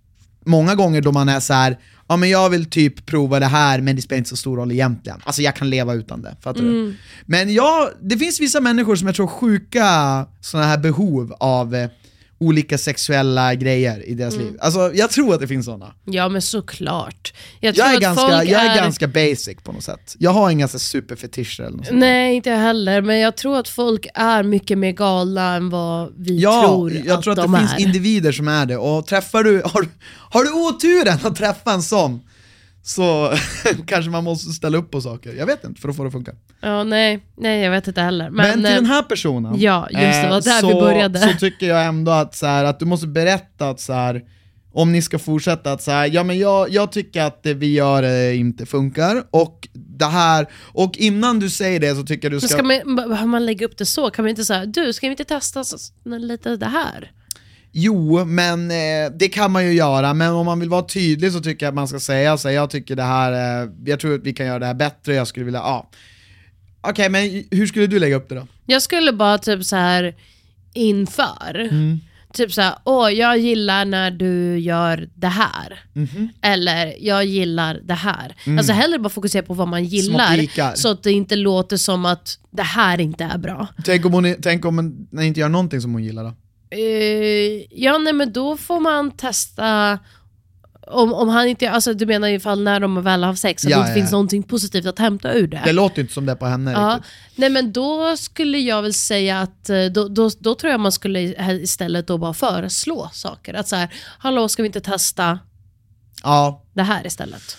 B: många gånger då man är så här. ja men jag vill typ prova det här men det spelar inte så stor roll egentligen. Alltså jag kan leva utan det, fattar
A: Mm.
B: du? Men jag, det finns vissa människor som jag tror har sjuka sådana här behov av eh, olika sexuella grejer i deras
A: Mm.
B: liv. Alltså jag tror att det finns sådana.
A: Ja, men såklart. Jag, tror
B: Jag är,
A: att
B: ganska,
A: folk
B: jag är,
A: är
B: ganska basic på något sätt. Jag har inga så här superfetischer eller något sånt.
A: Nej, inte jag heller. Men jag tror att folk är mycket mer galna än vad vi
B: Ja,
A: tror
B: jag
A: att
B: tror att
A: de
B: det finns
A: är.
B: individer som är det. Och träffar du, har, har du oturen att träffa en sån, så kanske man måste ställa upp på saker. Jag vet inte, för att få det att funka.
A: Ja, nej, nej, jag vet inte heller. Men,
B: Men, till
A: eh,
B: den här personen.
A: ja, just det,
B: eh,
A: var där
B: så,
A: vi började.
B: Så tycker jag ändå att, så här, att du måste berätta att så här, om ni ska fortsätta att så här, ja men jag, jag tycker att det vi gör eh, inte funkar och det här, och innan du säger det så tycker jag du
A: Men
B: ska...
A: ska man, behöver man lägga upp det så? Kan man inte säga, du, ska vi inte testa så- lite det här?
B: Jo, men eh, det kan man ju göra, men om man vill vara tydlig så tycker jag att man ska säga så här, jag tycker det här, eh, jag tror att vi kan göra det här bättre, jag skulle vilja, ja. Okej, men hur skulle du lägga upp det då?
A: Jag skulle bara typ så här inför.
B: Mm.
A: Typ så här, åh jag gillar när du gör det här.
B: Mhm.
A: Eller jag gillar det här.
B: Mm.
A: Alltså hellre bara fokusera på vad man
B: pikar.
A: gillar. Så att det inte låter som att det här inte är bra.
B: Tänk om hon, tänk om hon nej, inte gör någonting som hon gillar då?
A: Eh, ja nej men då får man testa om, om han inte, alltså du menar ifall när de väl har sex, att
B: Ja,
A: det inte
B: ja,
A: finns
B: ja.
A: någonting positivt att hämta ur
B: Det låter ju inte som det på henne
A: Ja,
B: riktigt.
A: nej men då skulle jag väl säga att eh, då, då, då tror jag man skulle i- istället då bara föreslå saker. Att så här, hallå ska vi inte testa
B: Ja.
A: det här istället?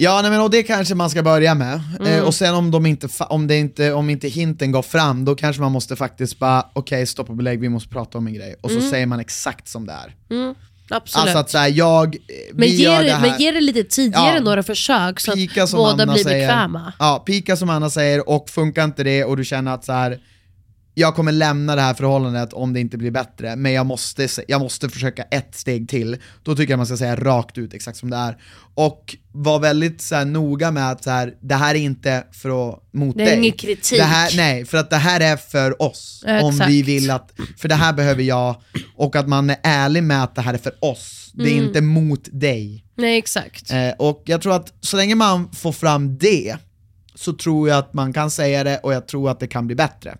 B: Ja, nej, men och det kanske man ska börja med.
A: Mm.
B: Eh, och sen om, de inte, fa- om, det inte, om inte hinten går fram, då kanske man måste faktiskt bara, okej stopp och belägg, vi måste prata om en grej. Och så säger man exakt som det är.
A: Mm. Absolut.
B: Alltså att såhär, jag, eh, vi
A: men, ge
B: gör det
A: det,
B: här.
A: men ge det lite tidigare
B: Ja.
A: några försök så
B: pika
A: att
B: som
A: båda
B: Anna
A: blir
B: säger.
A: bekväma.
B: Ja, pika som Anna säger och funkar inte det och du känner att så här. jag kommer lämna det här förhållandet om det inte blir bättre, men jag måste, se- jag måste försöka ett steg till. Då tycker jag man ska säga rakt ut exakt som det är. Och var väldigt så här, noga med att så här, det här är inte för att, mot
A: Det är
B: dig.
A: ingen kritik.
B: Det här, nej, för att det här är för oss. Om
A: Exakt.
B: vi vill att, för det här behöver jag, och att man är ärlig med att det här är för oss. Det är
A: Mm.
B: inte mot dig.
A: Nej exakt.
B: Eh, och jag tror att så länge man får fram det så tror jag att man kan säga det och jag tror att det kan bli bättre.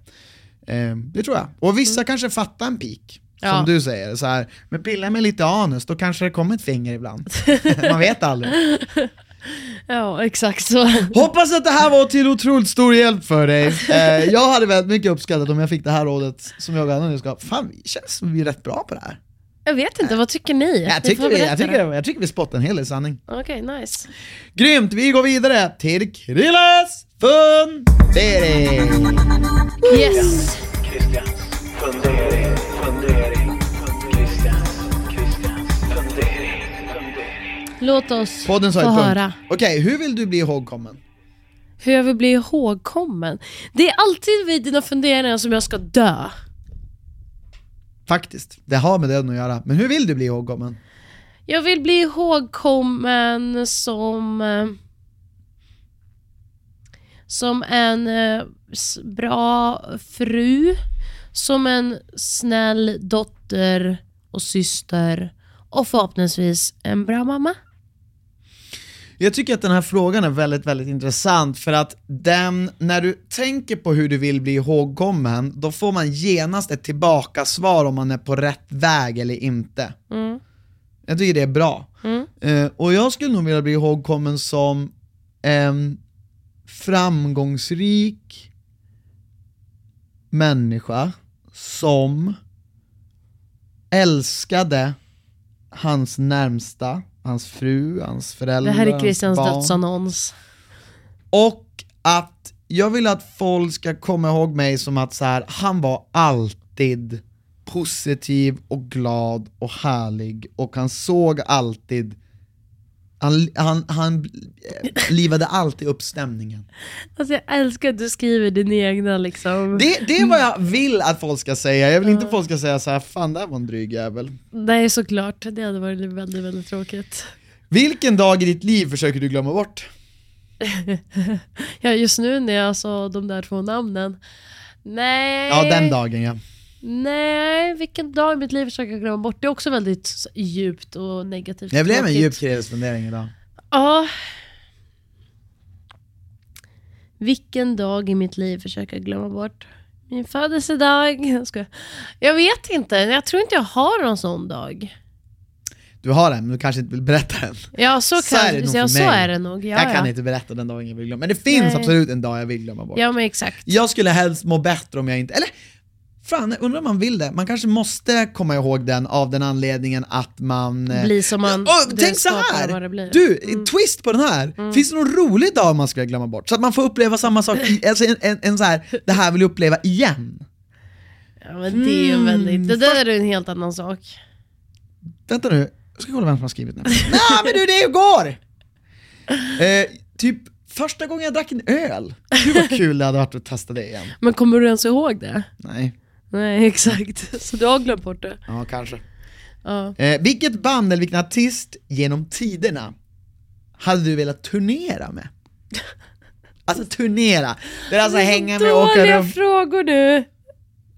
B: Eh, det tror jag. Och vissa kanske fattar en pik. Som
A: Mm. Ja.
B: du säger, så här, men pilla med lite anus, då kanske det kommer ett finger ibland. Man vet aldrig.
A: Ja exakt så.
B: Hoppas att det här var till otroligt stor hjälp för dig. Eh, jag hade väldigt mycket uppskattat om jag fick det här rådet som jag och Anna nu ska Fan, vi känns som vi är rätt bra på det här.
A: Jag vet inte, vad tycker ni?
B: Jag
A: Ni får
B: tycker, vi, jag,
A: berätta
B: tycker,
A: det.
B: jag tycker vi spottar en hel del sanning.
A: Okej, nice.
B: Grymt, vi går vidare till Krillas fundering!
A: Yes!
E: Christians fundering, fundering, fundering. Christians, Christians fundering, fundering.
A: Låt oss
B: Podden sa
A: få
B: ett
A: höra.
B: punkt. Okej, hur vill du bli ihågkommen?
A: Hur jag vill bli ihågkommen. Det är alltid vid dina funderingar som jag ska dö.
B: Faktiskt, det har med döden att göra. Men hur vill du bli ihågkommen?
A: Jag vill bli ihågkommen som eh, som en eh, s- bra fru, som en snäll dotter och syster och förhoppningsvis en bra mamma.
B: Jag tycker att den här frågan är väldigt, väldigt intressant för att den, när du tänker på hur du vill bli ihågkommen, då får man genast ett tillbakasvar om man är på rätt väg eller inte. Jag tycker det är bra.
A: Mm.
B: Eh, och jag skulle nog vilja bli ihågkommen som en framgångsrik människa som älskade hans närmsta, hans fru, hans
A: Det
B: föräldrar,
A: här är Christians
B: hans barn.
A: dödsannons.
B: Och att jag vill att folk ska komma ihåg mig som att så här, han var alltid positiv och glad och härlig och han såg alltid han, han, han eh, livade alltid upp stämningen.
A: Alltså jag älskar att du skriver dina egna liksom.
B: Det, det är vad jag vill att folk ska säga, jag vill inte att folk ska säga så här, fan det här var en dryg jävel.
A: Nej såklart, det hade varit väldigt, väldigt tråkigt.
B: Vilken dag i ditt liv försöker du glömma bort?
A: Ja just nu när jag sa de där två namnen. Nej.
B: Ja, den dagen ja.
A: Nej, vilken dag i mitt liv försöker jag glömma bort. Det är också väldigt s- djupt och negativt.
B: Det blev en
A: tråkigt.
B: djup kredsfundering idag.
A: Ja. Vilken dag i mitt liv försöker jag glömma bort? Min födelsedag. Jag skojar. Jag vet inte, jag tror inte jag har någon sån dag.
B: Du har den, men du kanske inte vill berätta den.
A: Ja, så, kan,
B: Så är det nog
A: ja,
B: för
A: så
B: mig.
A: är det nog. Ja,
B: jag kan
A: ja.
B: inte berätta den dagen jag vill glömma, men det finns
A: Nej.
B: absolut en dag jag vill glömma bort.
A: ja men exakt.
B: Jag skulle helst må bättre om jag inte, eller Fan, jag undrar om man vill det. Man kanske måste komma ihåg den av den anledningen att man... eh,
A: Bli som man...
B: Åh,
A: du
B: tänk så
A: skapar
B: här!
A: vad det blir. Mm.
B: Du, en twist på den här! Finns det någon rolig dag man skulle glömma bort? Så att man får uppleva samma sak, i- alltså en, en, en så här, det här vill jag uppleva igen.
A: Ja, men det är
B: Mm.
A: ju väldigt... Det där är ju en helt annan sak.
B: Vänta nu, jag ska kolla vem som har skrivit den. Nej men du, det är igår! Eh, typ första gången jag drack en öl. Gud vad kul det hade varit att testa det igen.
A: Men kommer du ens ihåg det?
B: Nej,
A: Nej, exakt. Så du har glömt bort det.
B: ja kanske.
A: Ja.
B: Eh, vilket band eller vilken artist genom tiderna hade du velat turnera med? Alltså turnera, det är alltså hänga med och åka
A: Dåliga
B: runt.
A: frågor nu!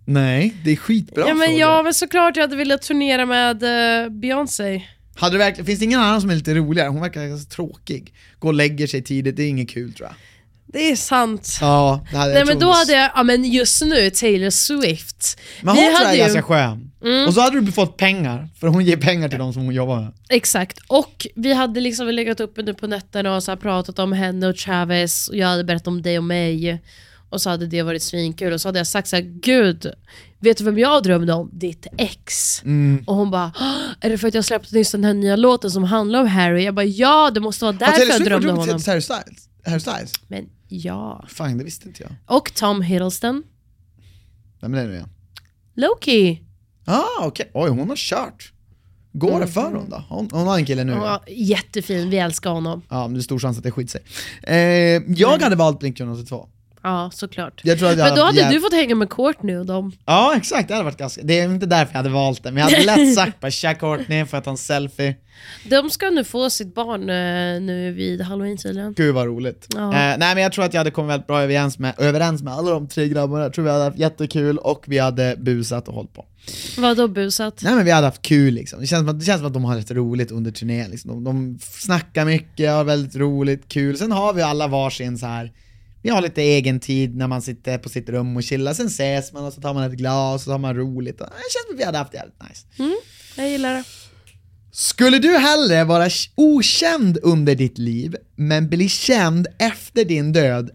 B: Nej, det är skitbra
A: ja, men
B: frågor.
A: ja, men såklart jag hade velat turnera med eh, Beyoncé.
B: Hade du verkligen, finns det ingen annan som är lite roligare? Hon verkar ganska tråkig. Gå och lägger sig tidigt, det är inget kul tror jag.
A: Det är sant.
B: Ja, det hade
A: Nej
B: jag
A: men
B: tror-
A: då hade jag, ja men just nu Taylor Swift.
B: Men
A: Vi
B: hon tror jag
A: hade
B: är
A: ju- Mm.
B: ganska skön. Och så hade du fått pengar, för hon ger pengar till de som hon jobbar med.
A: Exakt, och vi hade liksom legat uppe nu på nätterna och så här pratat om henne och Travis och jag hade berättat om dig och mig. Och så hade det varit svinkul och så hade jag sagt så här: gud, vet du vem jag drömde om? Ditt ex.
B: Mm.
A: Och hon bara, "Åh, är det för att jag släppte nyss den här nya låten som handlar om Harry? Jag bara, ja det måste vara
B: Har
A: därför
B: Taylor
A: jag
B: Swift varit
A: drömde om
B: ihop
A: honom.
B: med Harry Styles? Harry Styles?
A: Men ja.
B: Fan, det visste inte jag.
A: Och Tom Hiddleston,
B: Vem är det nu igen?
A: Loki.
B: Ah, okej. Oj, hon har kört. Går
A: Mm.
B: det för hon då? Hon, hon har en kille nu.
A: Han
B: Ja,
A: var jättefin, vi älskar honom.
B: ja men det är stor chans att det skiter sig. Eh, jag
A: Mm.
B: hade valt Blink-182.
A: Ja, såklart.
B: Jag tror att jag
A: Men då
B: haft
A: hade
B: jäv-
A: du fått hänga med Courtney och dem.
B: Ja exakt, det hade varit ganska, det är inte därför jag hade valt den, men jag hade lätt sagt bara tja Courtney för att ta en selfie.
A: De ska nu få sitt barn eh, nu vid halloween tydligen.
B: Gud vad roligt.
A: Ja.
B: Eh, nej men jag tror att jag hade kommit väldigt bra överens med, överens med alla de tre grabbarna, jag tror vi hade haft jättekul och vi hade busat och hållit på.
A: Vadå busat?
B: Nej men vi hade haft kul liksom, det känns som att, det känns som att de har rätt roligt under turnén liksom. de, de snackar mycket, har väldigt roligt, kul, sen har vi alla varsin så här. Vi har lite egen tid när man sitter på sitt rum och chillar, sen ses man och så tar man ett glas och så har man roligt. Och, eh, det känns som att vi hade haft jävligt nice.
A: Jag gillar det.
B: Skulle du hellre vara k- okänd under ditt liv, men bli känd efter din död,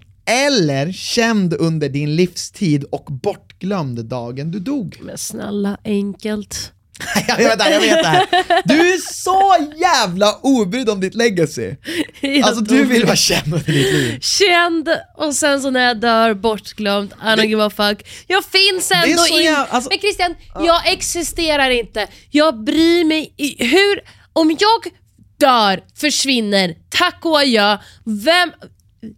B: eller känd under din livstid och bortglömd dagen du dog?
A: Men snälla, enkelt.
B: jag vet det, här, jag vet det här. Du är så jävla obrydd om ditt legacy!
A: Helt
B: Alltså du vill vara känd under ditt liv.
A: Känd och sen så när jag dör bortglömd, I don't give a fuck. Jag finns ändå
B: så
A: inte.
B: jävla- alltså-
A: Men Christian, jag existerar inte. Jag bryr mig i, hur, om jag dör, försvinner, tack och adjö, vem,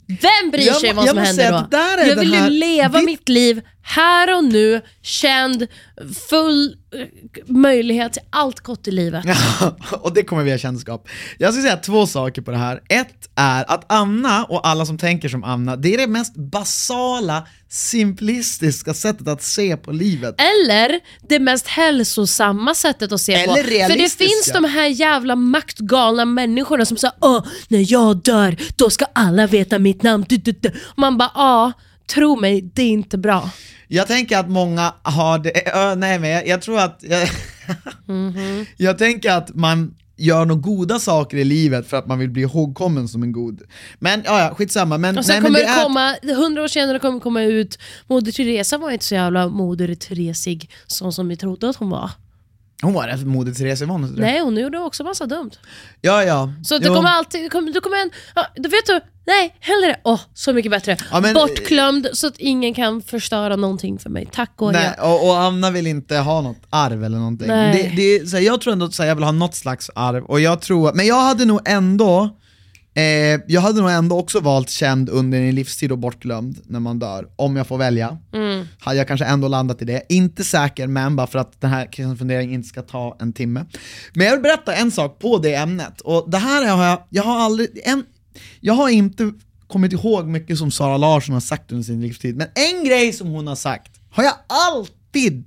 A: vem bryr
B: Jag
A: sig
B: må-
A: vad
B: jag
A: som
B: måste
A: händer
B: säga
A: då?
B: att det där är
A: jag
B: det
A: vill ju
B: här-
A: leva
B: ditt-
A: mitt liv här och nu, känd, full eh, möjlighet till allt gott i livet.
B: och det kommer vi ha kändskap. Jag ska säga två saker på det här. Ett är att Anna och alla som tänker som Anna, det är det mest basala, simplistiska sättet att se på livet.
A: Eller det mest hälsosamma sättet att se
B: Eller
A: på. För det
B: realistiska.
A: finns de här jävla maktgalna människorna som säger Åh, när jag dör, då ska alla veta mitt namn. Du, du, du. Man bara, ja, tro mig, det är inte bra.
B: Jag tänker att många har det, eh, ö, nej men jag, jag tror att, jag,
A: Mhm.
B: jag tänker att man gör några goda saker i livet för att man vill bli ihågkommen som en god. Men ja, ja skitsamma. Men,
A: Och sen
B: nej, men
A: kommer
B: det
A: det
B: är-
A: komma, hundra år senare kommer det komma ut, Moder Teresa var inte så jävla Moder Teresig sån som vi trodde att hon var.
B: Hon var rätt modig, Therese var hon inte det?
A: Nej, hon gjorde också massa dumt.
B: Ja, ja.
A: Så det
B: Jo.
A: kommer alltid, det kommer, det kommer en, ja, då vet du, nej, hellre, åh, så mycket bättre.
B: Ja, men-
A: Bortglömd så att ingen kan förstöra någonting för mig. Tack och
B: Nej,
A: adjö.
B: och, och Anna vill inte ha något arv eller någonting.
A: Nej.
B: Det, det, är så här, jag tror ändå att så här, jag vill ha något slags arv, och jag tror, men jag hade nog ändå eh, jag hade nog ändå också valt känd under en livstid och bortglömd när man dör, om jag får välja. Hade jag kanske ändå landat i det. Inte säker, men bara för att den här Kristians fundering inte ska ta en timme. Men jag vill berätta en sak på det ämnet, och det här har jag, jag har aldrig, en, jag har inte kommit ihåg mycket som Sara Larsson har sagt under sin livstid, men en grej som hon har sagt har jag alltid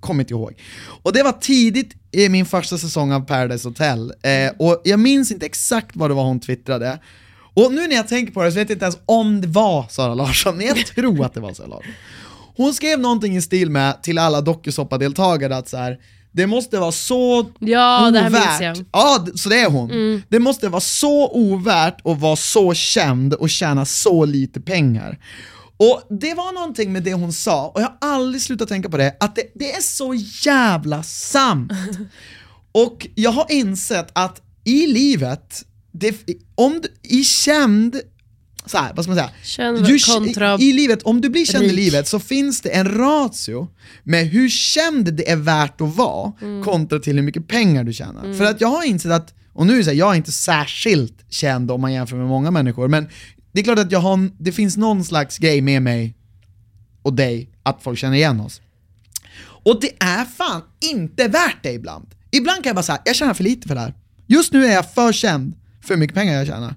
B: kommit ihåg. Och det var tidigt i min första säsong av Paradise Hotel, eh, och jag minns inte exakt vad det var hon twittrade. Och nu när jag tänker på det så vet jag inte ens om det var Sara Larsson, men jag tror att det var Sara Larsson. Hon skrev någonting i stil med till alla dokusåpadeltagare att så här, det måste vara så
A: Ja, det här minns
B: ovärt.
A: jag. Mm.
B: Ja, d- så det är hon. Det måste vara så ovärt att vara så känd och tjäna så lite pengar. Och det var någonting med det hon sa, och jag har aldrig slutat tänka på det, att det, det är så jävla sant. Och jag har insett att i livet, det, om du, i känd, så här, vad ska man säga?
A: Känd kontra
B: i, I livet, om du blir känd i
A: rik.
B: livet så finns det en ratio med hur känd det är värt att vara kontra till hur mycket pengar du tjänar. För att jag har insett att, och nu är det så här, jag är inte särskilt känd om man jämför med många människor, men det är klart att jag har, en- det finns någon slags grej med mig och dig att folk känner igen oss. Och det är fan inte värt det ibland. Ibland kan jag bara säga, jag tjänar för lite för det här. Just nu är jag för känd för hur mycket pengar jag tjänar.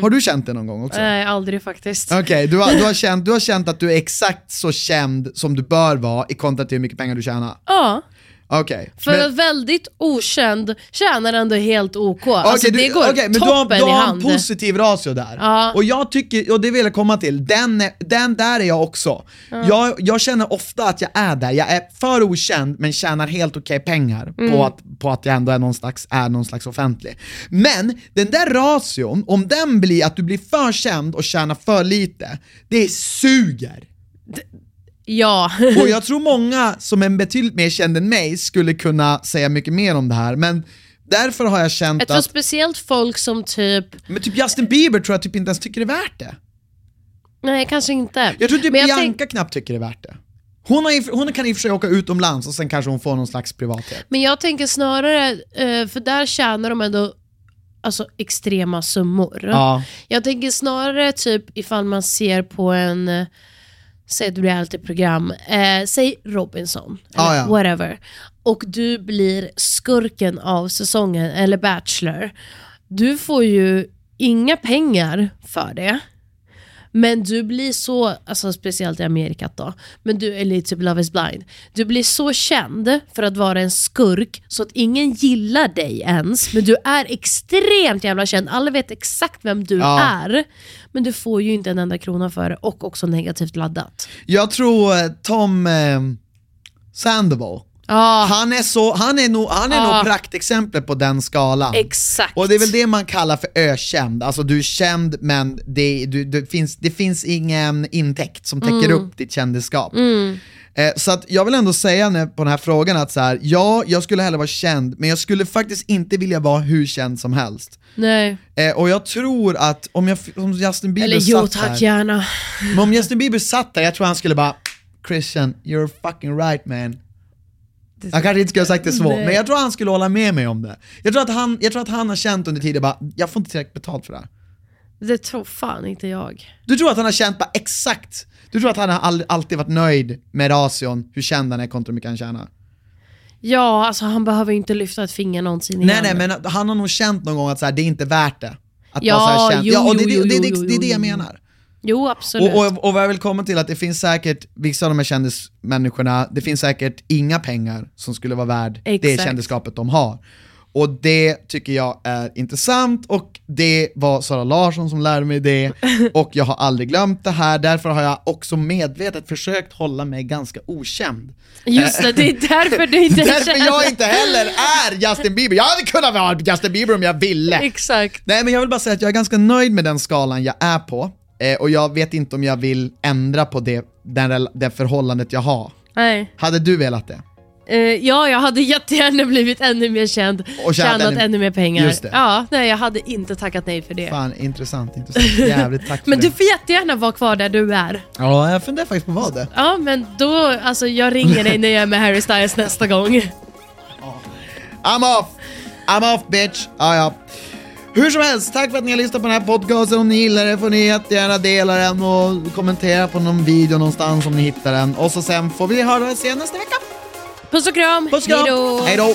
B: Har du känt det någon gång också?
A: Nej, aldrig faktiskt.
B: Okej, du, har, du, har känt- du har känt att du är exakt så känd som du bör vara i kontra till hur mycket pengar du tjänar?
A: Ja,
B: Okej.
A: för
B: Men-
A: en väldigt okänd tjänar ändå helt OK. alltså
B: Okej,
A: det
B: du-
A: går
B: okej, men du har,
A: toppen
B: du
A: i
B: har en
A: hand.
B: positiv ratio där.
A: Ja.
B: Och jag tycker, och det vill jag komma till, den, är- den där är jag också. Jag, jag känner ofta att jag är där, jag är för okänd men tjänar helt okej pengar
A: Mm.
B: på, att, på att jag ändå är någon, slags, är någon slags offentlig. Men den där ration, om den blir att du blir för känd och tjänar för lite, det suger.
A: Ja.
B: Och jag tror många som är betydligt mer känd än mig skulle kunna säga mycket mer om det här, men därför har jag känt
A: Jag tror
B: att
A: speciellt folk som typ,
B: men typ Justin Bieber tror jag typ inte ens tycker det är värt det.
A: nej kanske inte.
B: Jag tror typ
A: Men jag
B: Bianca
A: tänk-
B: knappt tycker det är värt det. Hon, har, i- hon kan i och för sig åka utomlands och sen kanske hon får någon slags privathet.
A: Men jag tänker snarare, eh, för där tjänar de ändå alltså, extrema summor.
B: Ja.
A: Jag tänker snarare typ ifall man ser på en, eh, säg ett realityprogram, eh, säg Robinson,
B: Ja,
A: eller
B: ja.
A: whatever, och du blir skurken av säsongen, eller Bachelor, du får ju inga pengar för det. Men du blir så, alltså speciellt i Amerika då, men du, eller typ Love is blind, du blir så känd för att vara en skurk så att ingen gillar dig ens, men du är extremt jävla känd, alla vet exakt vem du
B: Ja.
A: är, men du får ju inte en enda krona för det och också negativt laddat.
B: Jag tror eh, Tom eh, Sandoval,
A: Ja,
B: han är, så, han är, nog, han är
A: Ja.
B: nog praktexemplet på den skalan.
A: exakt.
B: Och det är väl det man kallar för ökänd, alltså du är känd men det, du, det, finns, det finns ingen intäkt som
A: Mm.
B: täcker upp ditt kändisskap. Eh, så att jag vill ändå säga när, på den här frågan att så här, ja, jag skulle hellre vara känd, men jag skulle faktiskt inte vilja vara hur känd som helst.
A: Nej.
B: Eh, och jag tror att om, jag, om Justin Bieber
A: Eller jo
B: satt
A: tack
B: här,
A: gärna.
B: men om Justin Bieber satt där, jag tror han skulle bara Christian, you're fucking right man. Jag kanske inte skulle ha sagt det så, men jag tror han skulle hålla med mig om det. Jag tror att han, jag tror att han har känt under tiden bara, jag får inte tillräckligt betalt för det här.
A: Det tror fan inte jag.
B: Du tror att han har känt bara exakt, du tror att han har all, alltid varit nöjd med ration, hur känd han är kontra hur mycket han tjänar.
A: Ja, alltså han behöver ju inte lyfta ett finger någonsin
B: Nej
A: igen.
B: nej men att- han har nog känt någon gång att så här, det är inte värt det. Att
A: Ja,
B: vara så här känd.
A: jo,
B: ja och det,
A: jo,
B: det,
A: jo,
B: det,
A: jo,
B: det, det är det jag
A: jo, jo.
B: menar.
A: Jo absolut.
B: Och, och, och vad jag vill komma till är att det finns säkert, vissa av de här kändismänniskorna, det finns säkert inga pengar som skulle vara värd det
A: Exakt.
B: kändisskapet de har. Och det tycker jag är intressant och det var Sara Larsson som lärde mig det och jag har aldrig glömt det här, därför har jag också medvetet försökt hålla mig ganska okänd.
A: Just det, det är därför du inte
B: Därför
A: känner-
B: jag inte heller är Justin Bieber, jag hade kunnat vara Justin Bieber om jag ville.
A: Exakt.
B: Nej men jag vill bara säga att jag är ganska nöjd med den skalan jag är på eh, och jag vet inte om jag vill ändra på det, den, rel- det förhållandet jag har.
A: Nej.
B: Hade du velat det?
A: Eh, ja, jag hade jättegärna blivit ännu mer känd,
B: Och tjänat
A: tjänat
B: ännu-
A: ännu, mer pengar.
B: Just det.
A: Ja, nej jag hade inte tackat nej för det.
B: Fan intressant, intressant. Jävligt tack för
A: Men
B: det.
A: du får jättegärna vara kvar där du är.
B: Ja jag funderar faktiskt på vad det.
A: Ja, men då, alltså jag ringer dig när jag är med Harry Styles nästa gång.
B: I'm off! I'm off bitch! Ah, ja. Hur som helst, tack för att ni har lyssnat på den här podcasten. Om ni gillar den får ni jättegärna dela den och kommentera på någon video någonstans om ni hittar den. Och så sen får vi höra oss igen nästa vecka.
A: Puss och kram!
B: Puss och kram!
A: Hejdå.
B: Hej då!